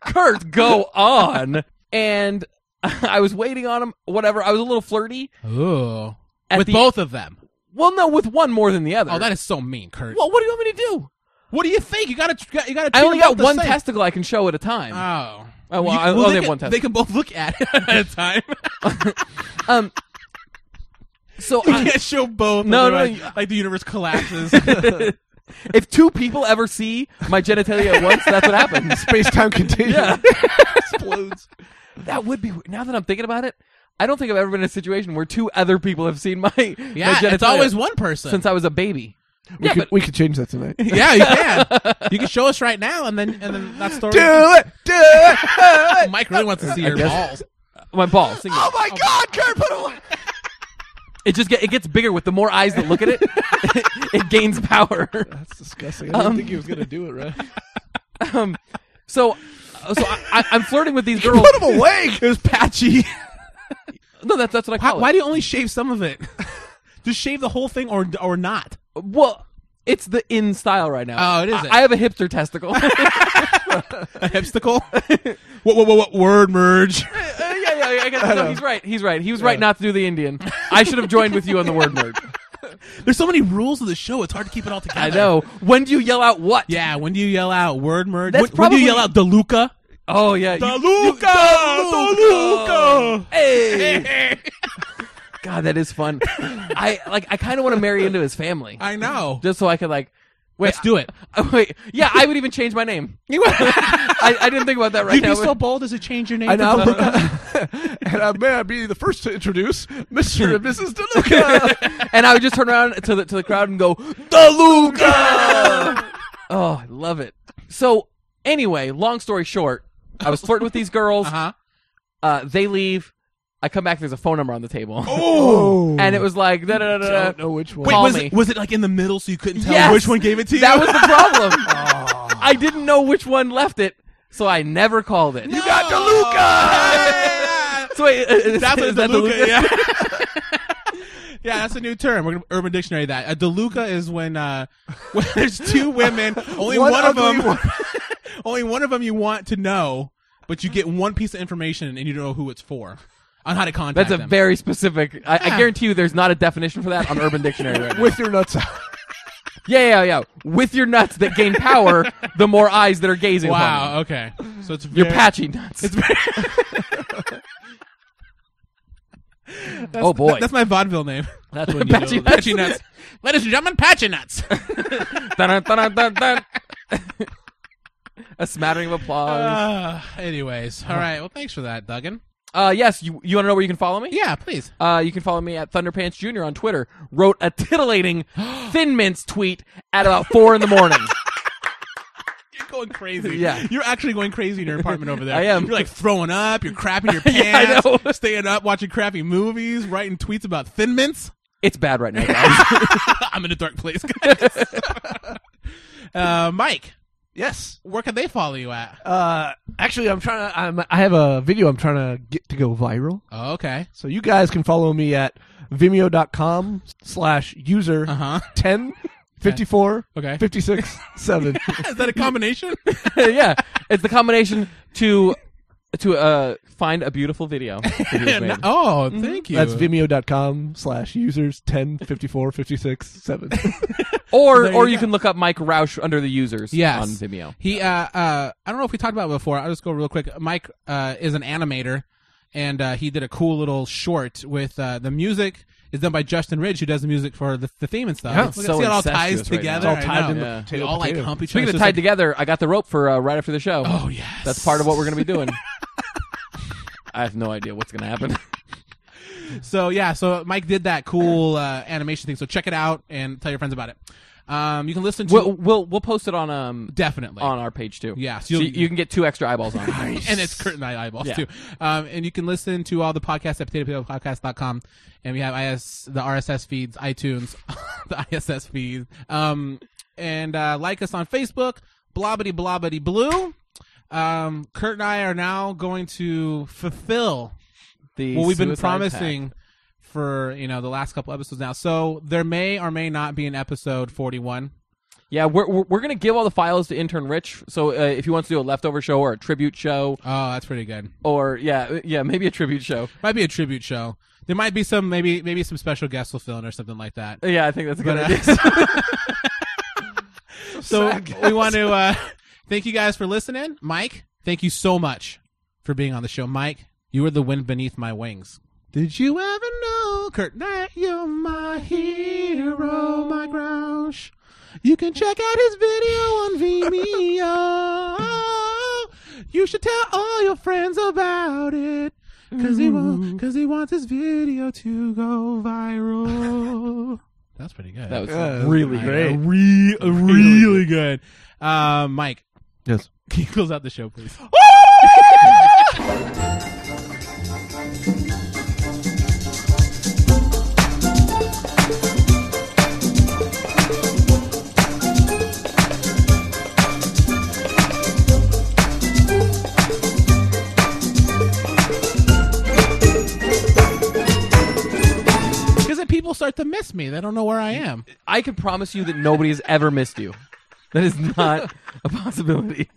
S1: Kurt, go on. And I was waiting on him, whatever. I was a little flirty.
S2: Ooh.
S1: At
S2: With
S1: the-
S2: both of them.
S1: Well, no, with one more than the other.
S2: Oh, that is so mean, Kurt.
S1: Well, what do you want me to do?
S2: What do you think? You gotta, you gotta.
S1: I
S2: treat
S1: only
S2: them
S1: got
S2: both the
S1: one
S2: same.
S1: testicle I can show at a time.
S2: Oh.
S1: Oh, well,
S2: You-
S1: I only
S2: they
S1: have
S2: can,
S1: one test.
S2: They can both look at it at a time.
S1: um, so uh,
S2: you
S1: I-
S2: can't show both.
S1: No,
S2: otherwise,
S1: no, you-
S2: like the universe collapses. That's
S1: if two people ever see my genitalia at once, that's what happens.
S4: Space time continuum.
S1: Yeah, explodes. That would be. Now that I'm thinking about it, I don't think I've ever been in a situation where two other people have seen my yeah.
S2: yeah, it's always one person.
S1: since I was a baby.
S4: We,
S1: yeah,
S4: could,
S1: but
S4: we could change that tonight. do
S2: yeah, you can. You can show us right now, and then and then that story.
S4: it! Do it!
S2: Mike really wants to see your
S1: guess-
S2: balls.
S1: my balls. single.
S4: Oh my God, Kurt, put away.
S1: It just get, it gets bigger with the more eyes that look at it. it gains power.
S4: That's disgusting. I didn't think he was gonna do it, right?
S1: Um, so, uh, so I, I, I'm flirting with these girls.
S4: Put him away. It was patchy.
S1: No, that's that's what I
S2: Why,
S1: call
S2: why
S1: it.
S2: do you only shave some of it? Just shave the whole thing, or or not.
S1: Well, it's the in style right now.
S2: Oh, it is
S1: I,
S2: it.
S1: I have a hipster testicle. Uh,
S2: A hipsticle. what, what, what, what word merge?
S1: yeah, yeah, yeah. I guess, no, he's right. He's right. He was right not to do the Indian. I should have joined with you on the word merge.
S2: There's so many rules of the show. It's hard to keep it all together.
S1: I know. When do you yell out what?
S2: Yeah, when do you yell out word merge?
S1: That's
S2: when, when do you yell out
S1: probably-
S2: Deluca?
S1: Oh yeah. you-
S2: Deluca,
S1: hey.
S2: Deluca.
S1: God, that is fun. I like. I kind of want to marry into his family,
S2: I know.
S1: just so I could like. Wait,
S2: Let's do it.
S1: Oh, wait, yeah, I would even change my name. I, I didn't think about that right
S2: You'd
S1: now.
S2: be so bold as to change your name.
S4: I
S2: to
S4: know.
S2: Deluca.
S4: and I may I be the first to introduce Mr. and Mrs. DeLuca.
S1: and I would just turn around to the to the crowd and go, "The Luca!" oh, I love it. So, anyway, long story short, I was flirting with these girls.
S2: Uh-huh.
S1: Uh, they leave. I come back. There's a phone number on the table,
S2: Oh.
S1: and it was like, da da da
S4: I don't
S1: da.
S4: know which one.
S2: Wait,
S1: Call
S2: was
S1: me.
S2: it, was it like in the middle so you couldn't tell
S1: Yes.
S2: which one gave it to you?
S1: That was the problem. I didn't know which one left it, so I never called it.
S2: you got DeLuca.
S1: So wait, is,
S2: That's what
S1: is
S2: a
S1: that
S2: DeLuca,
S1: DeLuca?
S2: yeah. yeah, that's a new term. We're gonna Urban Dictionary that. A DeLuca is when uh when there's two women, only one,
S4: One
S2: of
S4: ugly
S2: them
S4: one.
S2: only one of them you want to know, but you get one piece of information and you don't know who it's for. On how to contact
S1: That's a
S2: them.
S1: very specific. I,
S2: Yeah.
S1: I guarantee you, there's not a definition for that on Urban Dictionary. Right now.
S4: With your nuts out.
S1: Yeah, yeah, yeah. With your nuts that gain power, the more eyes that are gazing. upon
S2: Wow,
S1: you.
S2: okay. So it's
S1: Your
S2: very,
S1: patchy nuts. oh boy,
S2: That's my vaudeville name.
S1: that's when
S2: Patchy nuts. Patchy nuts. Ladies and gentlemen, patchy nuts.
S1: Dun, dun, dun, dun, dun. a smattering of applause.
S2: Uh, anyways, all right. Well, thanks for that, Duggan.
S1: Uh, yes, you you want to know where you can follow me?
S2: Yeah, please.
S1: Uh, you can follow me at Thunderpants Jr. on Twitter. Wrote a titillating Thin Mints tweet at about four in the morning.
S2: You're going crazy.
S1: Yeah.
S2: you're actually going crazy in your apartment over there.
S1: I am.
S2: You're like throwing up. You're crapping your
S1: Yeah, I
S2: pants.
S1: know.
S2: Staying up, watching crappy movies, writing tweets about thin mints.
S1: It's bad right now, guys.
S2: I'm in a dark place, guys. uh, Mike,
S4: Yes.
S2: where can they follow you at?
S4: Uh, actually, I'm trying to. I'm, I have a video I'm trying to get to go viral.
S2: Oh, okay.
S4: So you guys can follow me at vimeo.com slash user
S2: Uh huh.
S4: 10 54
S2: Okay.
S4: 56 7.
S2: Is that a combination?
S1: yeah, it's the combination to to uh find a beautiful video. that he was made.
S2: oh, thank you.
S4: That's vimeo.com slash users 10 54 56 7.
S1: Or
S2: There
S1: or
S2: you
S1: you
S2: go.
S1: can look up Mike Roush under the users
S2: Yes.
S1: on Vimeo.
S2: He, uh, uh, I don't know if we talked about it before. I'll just go real quick. Mike uh, is an animator, and uh, he did a cool little short with uh, the music is done by Justin Ridge, who does the music for the, the theme and stuff.
S1: Yeah.
S2: Look at-
S1: So
S2: see how it all
S1: incestuous
S2: ties
S1: right now.
S2: together.
S4: It's all tied
S2: I know.
S4: in the
S2: Yeah.
S4: potato,
S2: They all like
S4: potato.
S2: hump each
S1: Speaking
S2: other.
S1: of
S2: It's
S1: tied
S2: like-
S1: together, I got the rope for uh, right after the show.
S2: Oh yes,
S1: That's part of what we're going to be doing. I have no idea what's going to happen.
S2: So yeah, so Mike did that cool uh, animation thing. So check it out and tell your friends about it. Um, you can listen to
S1: We'll we'll, we'll post it on um
S2: definitely
S1: on our page too.
S2: Yeah,
S1: so
S2: so
S1: you,
S2: you'll-
S1: you can get two extra eyeballs on. it.
S2: and it's Kurt and I eyeballs
S1: Yeah.
S2: too. Um, and you can listen to all the podcasts at potatopotapodcast.com. And we have IS, the RSS feeds, iTunes, the ISS feed. Um, and uh, like us on Facebook, blobbity blobbity blue. Um, Kurt and I are now going to fulfill
S1: The
S2: what we've been
S1: suicide pact.
S2: promising for you know the last couple episodes now. So there may or may not be an episode forty-one.
S1: Yeah, we're, we're, we're going to give all the files to intern Rich. So uh, if he wants to do a leftover show or a tribute show,
S2: Oh, that's pretty good.
S1: or yeah, uh, yeah, maybe a tribute show.
S2: Might be a tribute show. There might be some maybe maybe some special guests will fill in or something like that.
S1: Yeah, I think that's a good
S2: But,
S1: idea.
S2: So we want to uh, thank you guys for listening, Mike. Thank you so much for being on the show, Mike. You were the wind beneath my wings. Did you ever know, Kurt, that you're my hero, my grouch? You can check out his video on Vimeo. You should tell all your friends about it. Cause he, wa- cause he wants his video to go viral. That's pretty good.
S1: that was
S4: Yeah.
S1: really
S2: I
S1: great.
S2: know. Re- really good. Uh, Mike,
S8: Yes.
S2: can you close out the show, please? Because then people start to miss me. They don't know where I am.
S1: I can promise you that nobody has ever missed you. That is not a possibility.